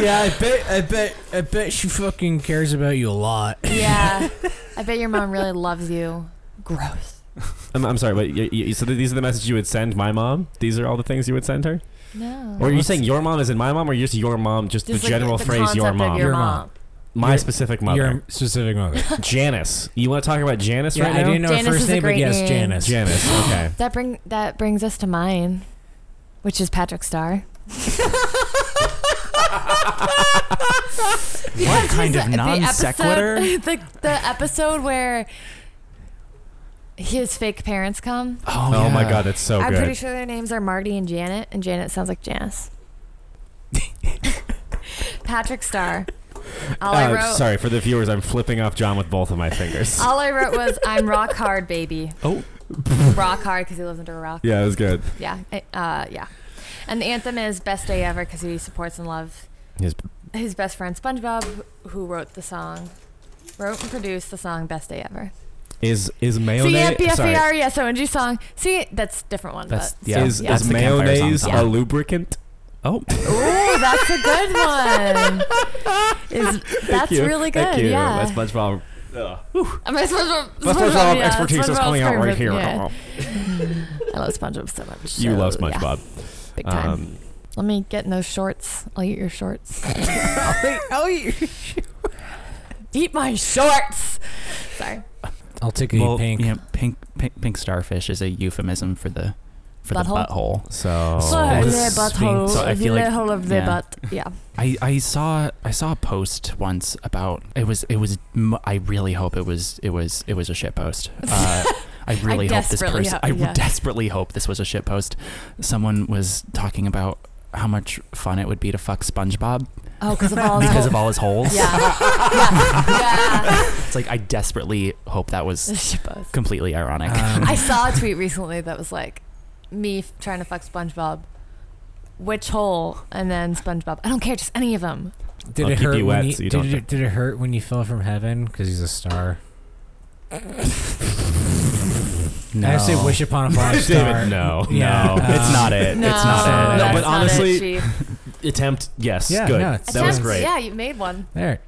yeah, I bet, I bet, I bet she fucking cares about you a lot.
Yeah. I bet your mom really loves you. Gross.
I'm, I'm sorry, but you, you, so these are the messages you would send my mom. These are all the things you would send her.
No.
Or are you saying your mom is in my mom, or just your mom? Just, the general phrase, your mom.
Your
Your
mom.
my
Your-
specific mother,
Your specific mother.
Janice. You want to talk about Janice
yeah,
right
I
now?
didn't know
Janice
her
is
first
a
name, but
great
yes,
name.
Janice.
Janice. Okay.
That bring that brings us to mine, which is Patrick Starr.
What kind of
The
non
episode-
sequitur?
The, the episode where his fake parents come.
Oh my
yeah.
god, that's so
I'm
good.
pretty sure their names are Marty and Janet, and Janet sounds like Janice. Patrick Starr. All I
Uh,
wrote.
Sorry for the viewers. I'm flipping off John with both of my fingers.
All I wrote was, "I'm rock hard, baby."
Oh.
rock hard because he lives under a rock.
yeah, it was good.
Yeah, I- uh, yeah. And the anthem is "Best Day Ever" because he supports and loves
His-
his best friend SpongeBob, who wrote the song, wrote and produced the song "Best Day Ever."
Is is
C
mayonnaise?
M P F E
sorry.
R E S O N G song. See, that's a different one.
That's
but
yeah.
Is,
yeah.
is
That's the campfire
mayonnaise
song.
a lubricant?
Oh,
Ooh, that's a good one. Is, that's
you.
really good.
Thank you.
Yeah.
That's SpongeBob. Ugh.
I mean, SpongeBob,
That's SpongeBob expertise is coming out right here.
yeah. I love SpongeBob so much.
You
so,
love
yeah,
SpongeBob.
big time.
Um,
Let me get in those shorts. I'll eat your shorts.
Oh, you.
eat my shorts. Sorry.
I'll take a
well,
pink.
yeah, pink, pink, pink starfish is a euphemism for the for
Butthole?
the butthole.
so
So,
Sphinx.
the butthole,
So I feel
the
like-
whole of the
yeah.
butt. Yeah.
I, I saw I saw a post once about it was it was m- I really hope it was it was it was a shit post. Uh, I really hope this
desperately
person
ho-
I w-
yeah.
desperately hope this was a shit post. Someone was talking about how much fun it would be to fuck SpongeBob
Oh, because of all
because
the
of all his holes.
Yeah. yeah. Yeah.
It's like I desperately hope that was
Shippos.
completely ironic.
Um,
I saw a tweet recently that was like me f- trying to fuck SpongeBob. Which hole? And then SpongeBob. I don't care, just any of them.
did
I'll
it
keep
hurt
you
when
wet
you,
so you
did,
don't
it,
get-
did it hurt when you fell from heaven? Because he's a star.
no.
I say wish upon a flying star.
Um, David, no,
Yeah.
no, it's
Um,
not it. it's
No,
not it.
that's
No, but
not it,
honestly,
Chief.
attempt, yes,
Yeah,
good.
no,
that
it's
was
Attempts,
great.
Yeah, you made one.
There.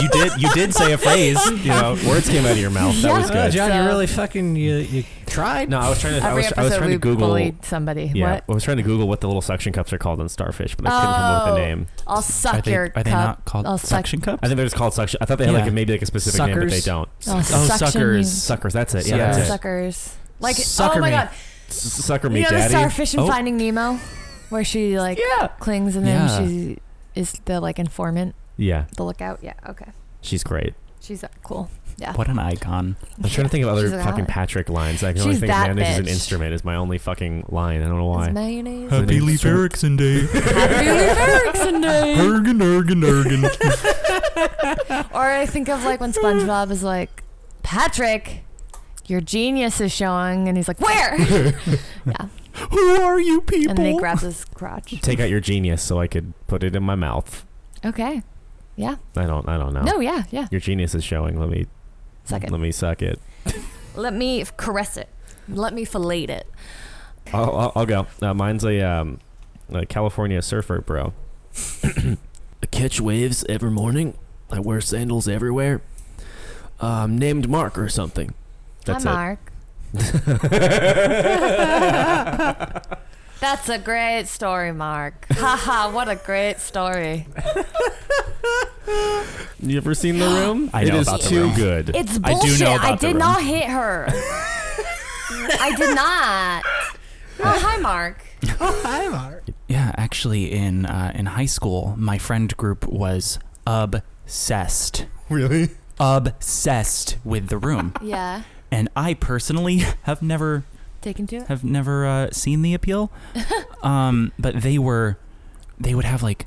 you did you did say a phrase.
You know, words came out of your mouth. That was
Yeah.
Oh,
good.
John,
So-
you really fucking you, you tried.
No, I was trying to. I
Every
was, I
episode
was trying
we
to Google.
bullied somebody.
Yeah,
What?
I was trying to Google what the little suction cups are called in starfish, but I couldn't come up with
Oh.
a name.
I'll suck
are they,
your
are
cup.
they not called
I'll suck-
suction cups?
I think they're just called suction. I thought they had like
Yeah.
a, maybe like a specific name, but they
Suckers?
don't.
I'll
Oh,
suction
suckers.
Suckers. That's it. Yeah,
Yeah.
that's it.
Suckers. Like,
Sucker
oh my
me.
god.
S- Sucker
you
me,
know the
daddy.
starfish in
Oh.
Finding Nemo? Where she, like,
Yeah.
clings and then
Yeah.
she is the, like, informant,
Yeah,
the lookout. Yeah, okay.
she's great.
She's uh, cool. Yeah.
What an icon.
I'm trying to think of other
She's a
fucking
hot-
Patrick lines. I can
She's
only think
that
mayonnaise is an
bitch.
instrument is my only fucking line. I don't know
Is
why.
mayonnaise.
Happy Leif
Erikson Day.
Happy Leif Erikson Day.
Ergen, Ergen, Ergen.
Or I think of like when SpongeBob is like, Patrick, your genius is showing, and he's like, where?
Who are you people?
And then he grabs his crotch.
Take out your genius so I could put it in my mouth.
Okay.
I don't. I don't know.
No, yeah, yeah.
Your genius is showing. Let me.
Suck it.
Let me suck it.
Let me f- caress it. Let me fillet it.
I'll, I'll, I'll go. Uh, mine's a, um, a California surfer, bro. I catch waves every morning. I wear sandals everywhere. Um, named Mark or something. That's
Hi,
it.
Mark. That's a great story, Mark. Haha, what a great story.
You ever seen The Room?
I
It
know
is
about The
too
Room.
good.
It's
I do know
bullshit. I,
about the
did
room.
not hit her. I did not. Oh, hi, Mark.
Yeah, actually, in uh, in high school, my friend group was obsessed,
Really?
obsessed with the room,
Yeah.
and I personally have never
Taken to it?
have never uh, seen the appeal. Um, but they were, they would have like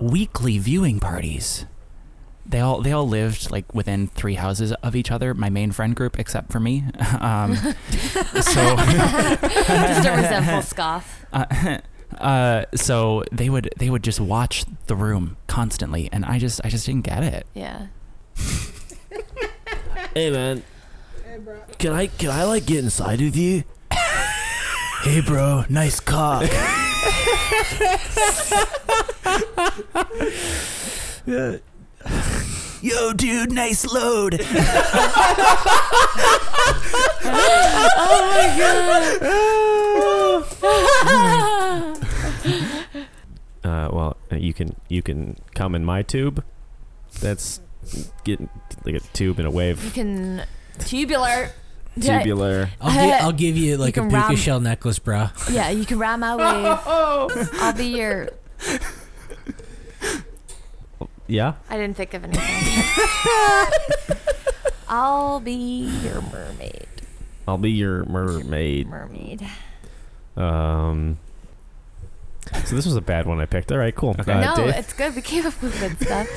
weekly viewing parties. They all they all lived like within three houses of each other. My main friend group, except for me. Um, so
Just a resentful scoff.
uh, uh, so they would they would just watch the room constantly, and I just I just didn't get it.
Yeah.
Hey man. Can I can I like get inside with you? hey bro, nice cock.
Yo, dude, nice load.
Uh, well, you can you can come in my tube. That's getting like a tube and a
You
wave.
can tubular.
Tubular.
I'll, gi- I'll give you like
You
a
can
puka
ram-
shell necklace, bro.
Yeah, you can ride my wave. I'll be your.
Yeah.
I didn't think of anything. I'll be your mermaid.
I'll be your mermaid.
Mermaid.
Um. So this was a bad one I picked. All right, cool.
Okay.
Uh,
no,
Dave-
it's good. We came up with good stuff.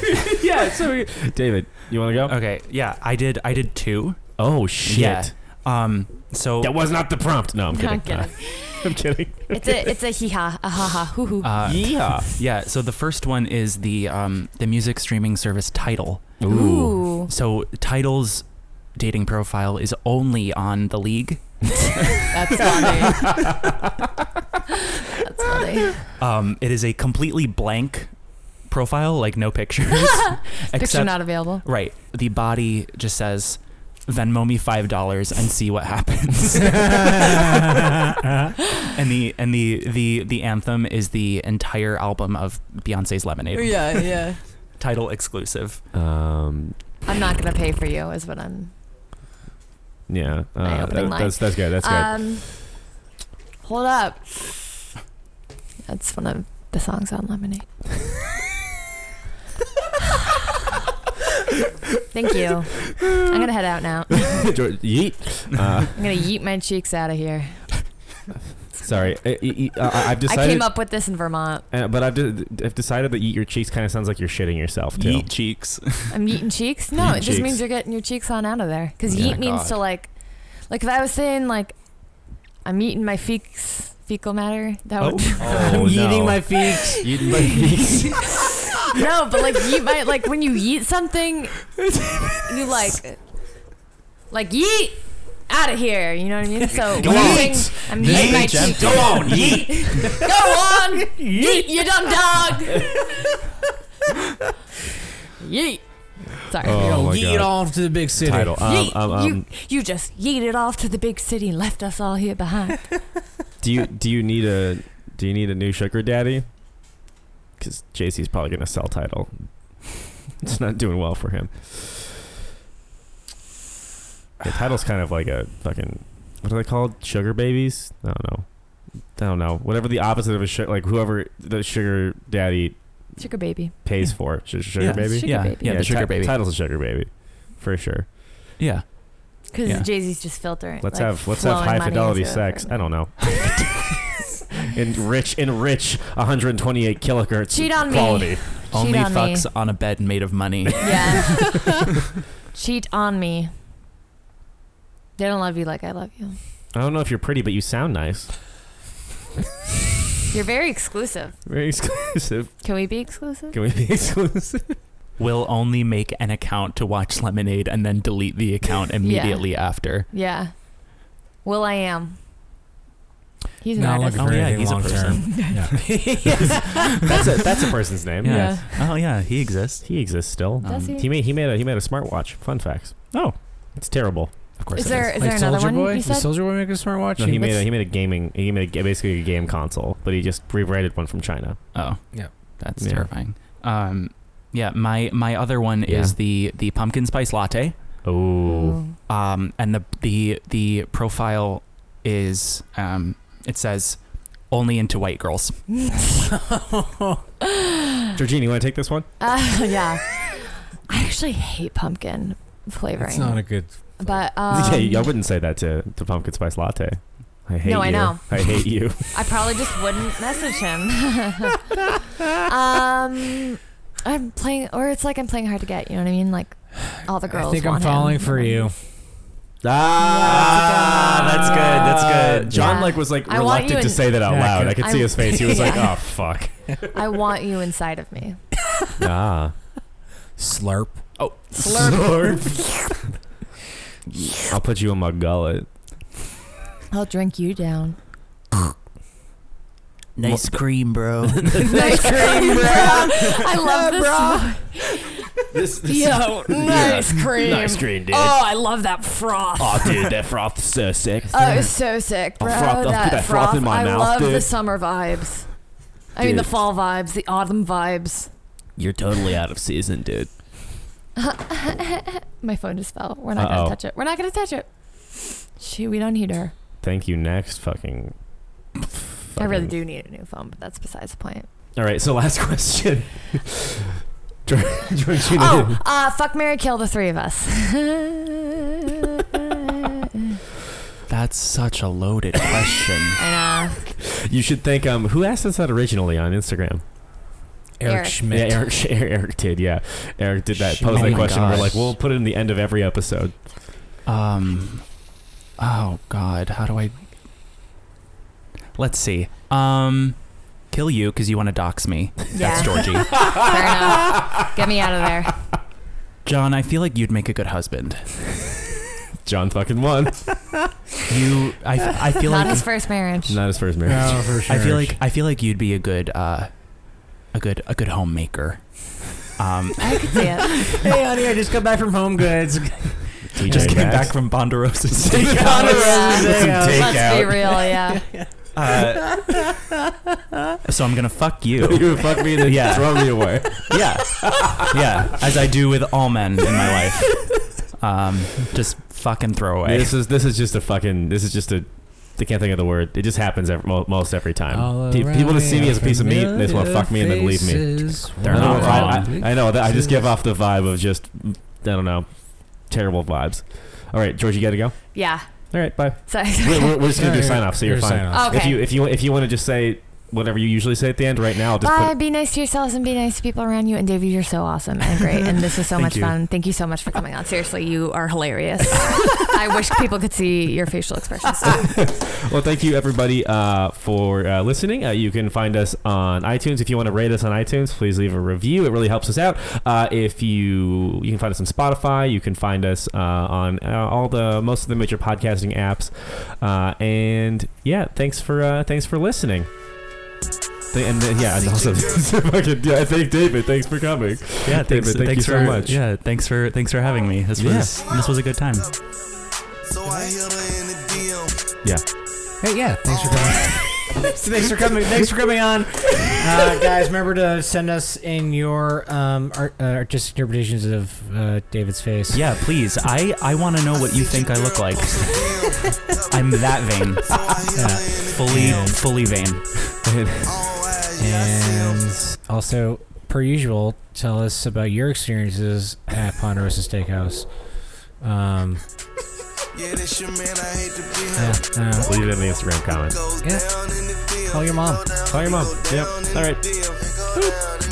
yeah. So David, you want to go?
Okay, yeah, I did I did two.
Oh shit!
Uh, Yeah. Um, so
That was not the prompt. No, I'm
No, I'm
kidding. Uh, I'm kidding.
It's a it's a hee ha, a ha ha, hoo hoo.
uh,
yeah.
yeah, so the first one is the um the music streaming service Title.
Ooh.
So Title's dating profile is only on the league.
That's funny. That's Absolutely.
Um, it is a completely blank profile, like no pictures.
Picture
except
not available.
right, the body just says Venmo me five dollars and see what happens. and the and the the the anthem is the entire album of Beyonce's Lemonade.
yeah, yeah.
Title exclusive.
Um,
I'm not gonna pay for you, is what I'm.
yeah,
My
uh,
opening
that-
line.
that's that's good. That's good.
Um, hold up. That's one of the songs on Lemonade. Thank you. I'm gonna head out now.
George- Yeet. Uh,
I'm gonna yeet my cheeks out of here.
sorry, I, I, uh, I, have
I
decided,
came up with this in Vermont.
uh, but I've, de- I've decided that eat your cheeks kind of sounds like you're shitting yourself too.
Yeet cheeks.
I'm yeeting cheeks. No,
Yeet
it just
cheeks.
means you're getting your cheeks on out of there. Because
Yeah.
yeet means to like, like if I was saying like, I'm eating my feces, fecal matter. That would
Oh,
I'm eating my feet.
Yeeting my feet.
no, but like yeet might like when you yeet something, you like, like yeet out of here. You know what I mean? So
Go
when I'm
on.
saying I'm yeeting my cheeks. Go on, yeet. Go on, yeet. You dumb dog. yeet. Sorry.
Oh,
Yo,
my
yeet
God.
off to the big city.
Title. Um,
Yeet.
um, um,
you, you just yeeted off to the big city and left us all here behind.
do you do you need a do you need a new sugar daddy? Because JC's probably gonna sell title. It's not doing well for him. The title's kind of like a fucking what are they called? Sugar babies? I don't know. I don't know. Whatever the opposite of a sugar, like whoever the sugar daddy
Sugar baby.
pays for, Su- sugar
Yeah.
baby.
Sugar
yeah,
baby.
yeah, the sugar
ti-
baby.
Title's a sugar baby, for sure.
Yeah.
Because
Yeah.
Jay-Z's just filtering.
Let's
like,
have let's have
flowing
high
money
fidelity
into it
sex.
for-
I don't know. enrich enrich 128 kilohertz
Cheat on me.
quality.
Cheat
Only
on
fucks
me.
on a bed made of money.
Yeah. Cheat on me. They don't love you like I love you.
I don't know if you're pretty, but you sound nice.
You're very exclusive.
Very exclusive.
Can we be exclusive?
Can we be exclusive?
Will only make an account to watch Lemonade and then delete the account immediately after.
Yeah. Will I am. He's an
Not
artist.
looking for
Oh, yeah,
anything
he's a
long term.
That's a that's a person's name.
Yeah.
Yeah.
Oh yeah, he exists.
He exists still.
Does
Um,
he?
He made he made a he made a smartwatch. Fun facts.
Oh,
It's terrible.
of course.
Is
it
there
is.
is
like
there another
Soldier
one
Boy?
you
Did
said?
Soldier Boy make a smartwatch?
No, he made a,
What's-
he made a gaming he made a, basically a game console, but he just rebranded one from China.
Oh,
Yeah.
That's
Yeah.
terrifying. Um, yeah. My my other one is
Yeah.
the the pumpkin spice latte.
Oh,
Ooh.
Um, and the the the profile is um, it says only into white girls.
Mm.
Georgine, you want to take this one?
Uh, yeah. I actually hate pumpkin flavoring.
It's not a good.
but um,
yeah, you- I wouldn't say that to to pumpkin spice latte. I hate
No, I
you.
know.
I hate you.
I probably just wouldn't message him. um, I'm playing, or it's like I'm playing hard to get. You know what I mean? Like all the girls.
I think I'm
want him. Oh,
falling for you.
Ah,
Yeah,
that's
that's
good.
good.
That's good. John
Yeah.
like was like
I want
reluctant
you
to
in-
say that out
Yeah, I
loud.
can-
I could see his face. He was like,
Yeah.
"Oh fuck."
I want you inside of me.
Ah.
Slurp.
Oh,
Slurp. I'll put you in my gullet.
I'll drink you down.
Nice
cream, bro.
nice cream, bro. I love this.
This,
Yo, nice cream.
nice cream, dude.
Oh, I love that froth.
Oh, dude, that froth's so sick.
Oh, it was so sick,
I'll
bro.
froth- I'll put
that,
that froth
froth.
in my
I
mouth,
love the
dude.
summer vibes. I mean, the
Dude.
fall vibes, the autumn vibes.
You're totally out of season, dude.
My phone just fell. We're not
Uh-oh.
gonna touch it. We're not gonna touch it. She, we don't need her.
Thank you. Next, fucking.
I really
fucking-
do need a new phone, but that's besides the point.
All right, so last question. Geor- Georgina.
Oh, uh, fuck Mary Kill the three of us.
That's such a loaded question.
I know.
You should think. Um, who asked us that originally on Instagram?
Eric,
Eric.
Schmidt.
Yeah, Eric, Sh- Eric, Eric did. Yeah, Eric did that.
Shit.
Pose
Oh
that
my
question. We're
gosh.
like, we'll put it in the end of every episode.
um, oh God, how do I? Let's see. Um, kill you because you want to dox me.
Yeah.
That's Georgie.
Fair enough. Get me out of there.
John, I feel like you'd make a good husband.
John fucking won.
you, I, f- I feel
Not
like
his first marriage.
Not his first marriage.
No, Oh, for sure.
I feel like I feel like you'd be a good uh, a good a good homemaker. Um,
I could see it.
hey, honey, I just got back from Home Goods.
TJ
just came
Maxx.
back from Ponderosa.
Yeah.
Take
Let's
out.
be real, yeah.
Uh, so I'm gonna fuck you.
you would fuck me and then
Yeah.
throw me away.
yeah, yeah, as I do with all men in my life. Um, just fucking throw away.
This is this is just a fucking. This is just a. I can't think of the word. It just happens every, mo- most every
Oh,
time. Pe- people just see me as a piece of meat. and They just want to fuck me and then leave me.
They're
I, don't
not
know, I,
wrong.
I, I know. That, I just give off the vibe of just. I don't know. Terrible vibes. All right, George, you got to go.
Yeah.
All right, bye.
So
We're, we're, we're just gonna do
Yeah,
sign off, so you're
your
fine.
sign-off.
Okay.
If you if you if you want to just say whatever you usually say at the end right now, just
Bye.
put.
Be nice to yourselves and be nice to people around you. And Davey, you're so awesome and great. And this was so
Thank
much
you.
fun. Thank you so much for coming on. Seriously, you are hilarious. I wish people could see your facial expressions.
Well, thank you everybody uh, for uh, listening. Uh, you can find us on iTunes. If you want to rate us on iTunes, please leave a review. It really helps us out. Uh, if you you can find us on Spotify, you can find us uh, on uh, all the most of the major podcasting apps. Uh, and yeah, thanks for uh, thanks for listening. Th- And uh, yeah, and also fucking- yeah, thank David. Thanks for coming.
Yeah, thanks,
David, thank
thanks
you
for,
so much.
Yeah, thanks for thanks for having me. This
Yeah.
was this was a good time.
So I hit her in the DM.
Yeah.
Hey, yeah, thanks for coming. thanks for coming. Thanks for coming on, uh, guys. Remember to send us in your um, art, uh, artistic interpretations of uh, David's face.
Yeah, please. I I want to know what you think I look like. I'm that vain, fully fully vain.
And also, per usual, tell us about your experiences at Ponderosa Steakhouse. Um,
Yeah, that's your man. I hate to be
yeah,
him.
uh,
Leave it in the Instagram comment.
Goes
Yeah.
down in the field.
call your mom.
Call your mom. Yep. All right.
Deal. Go down in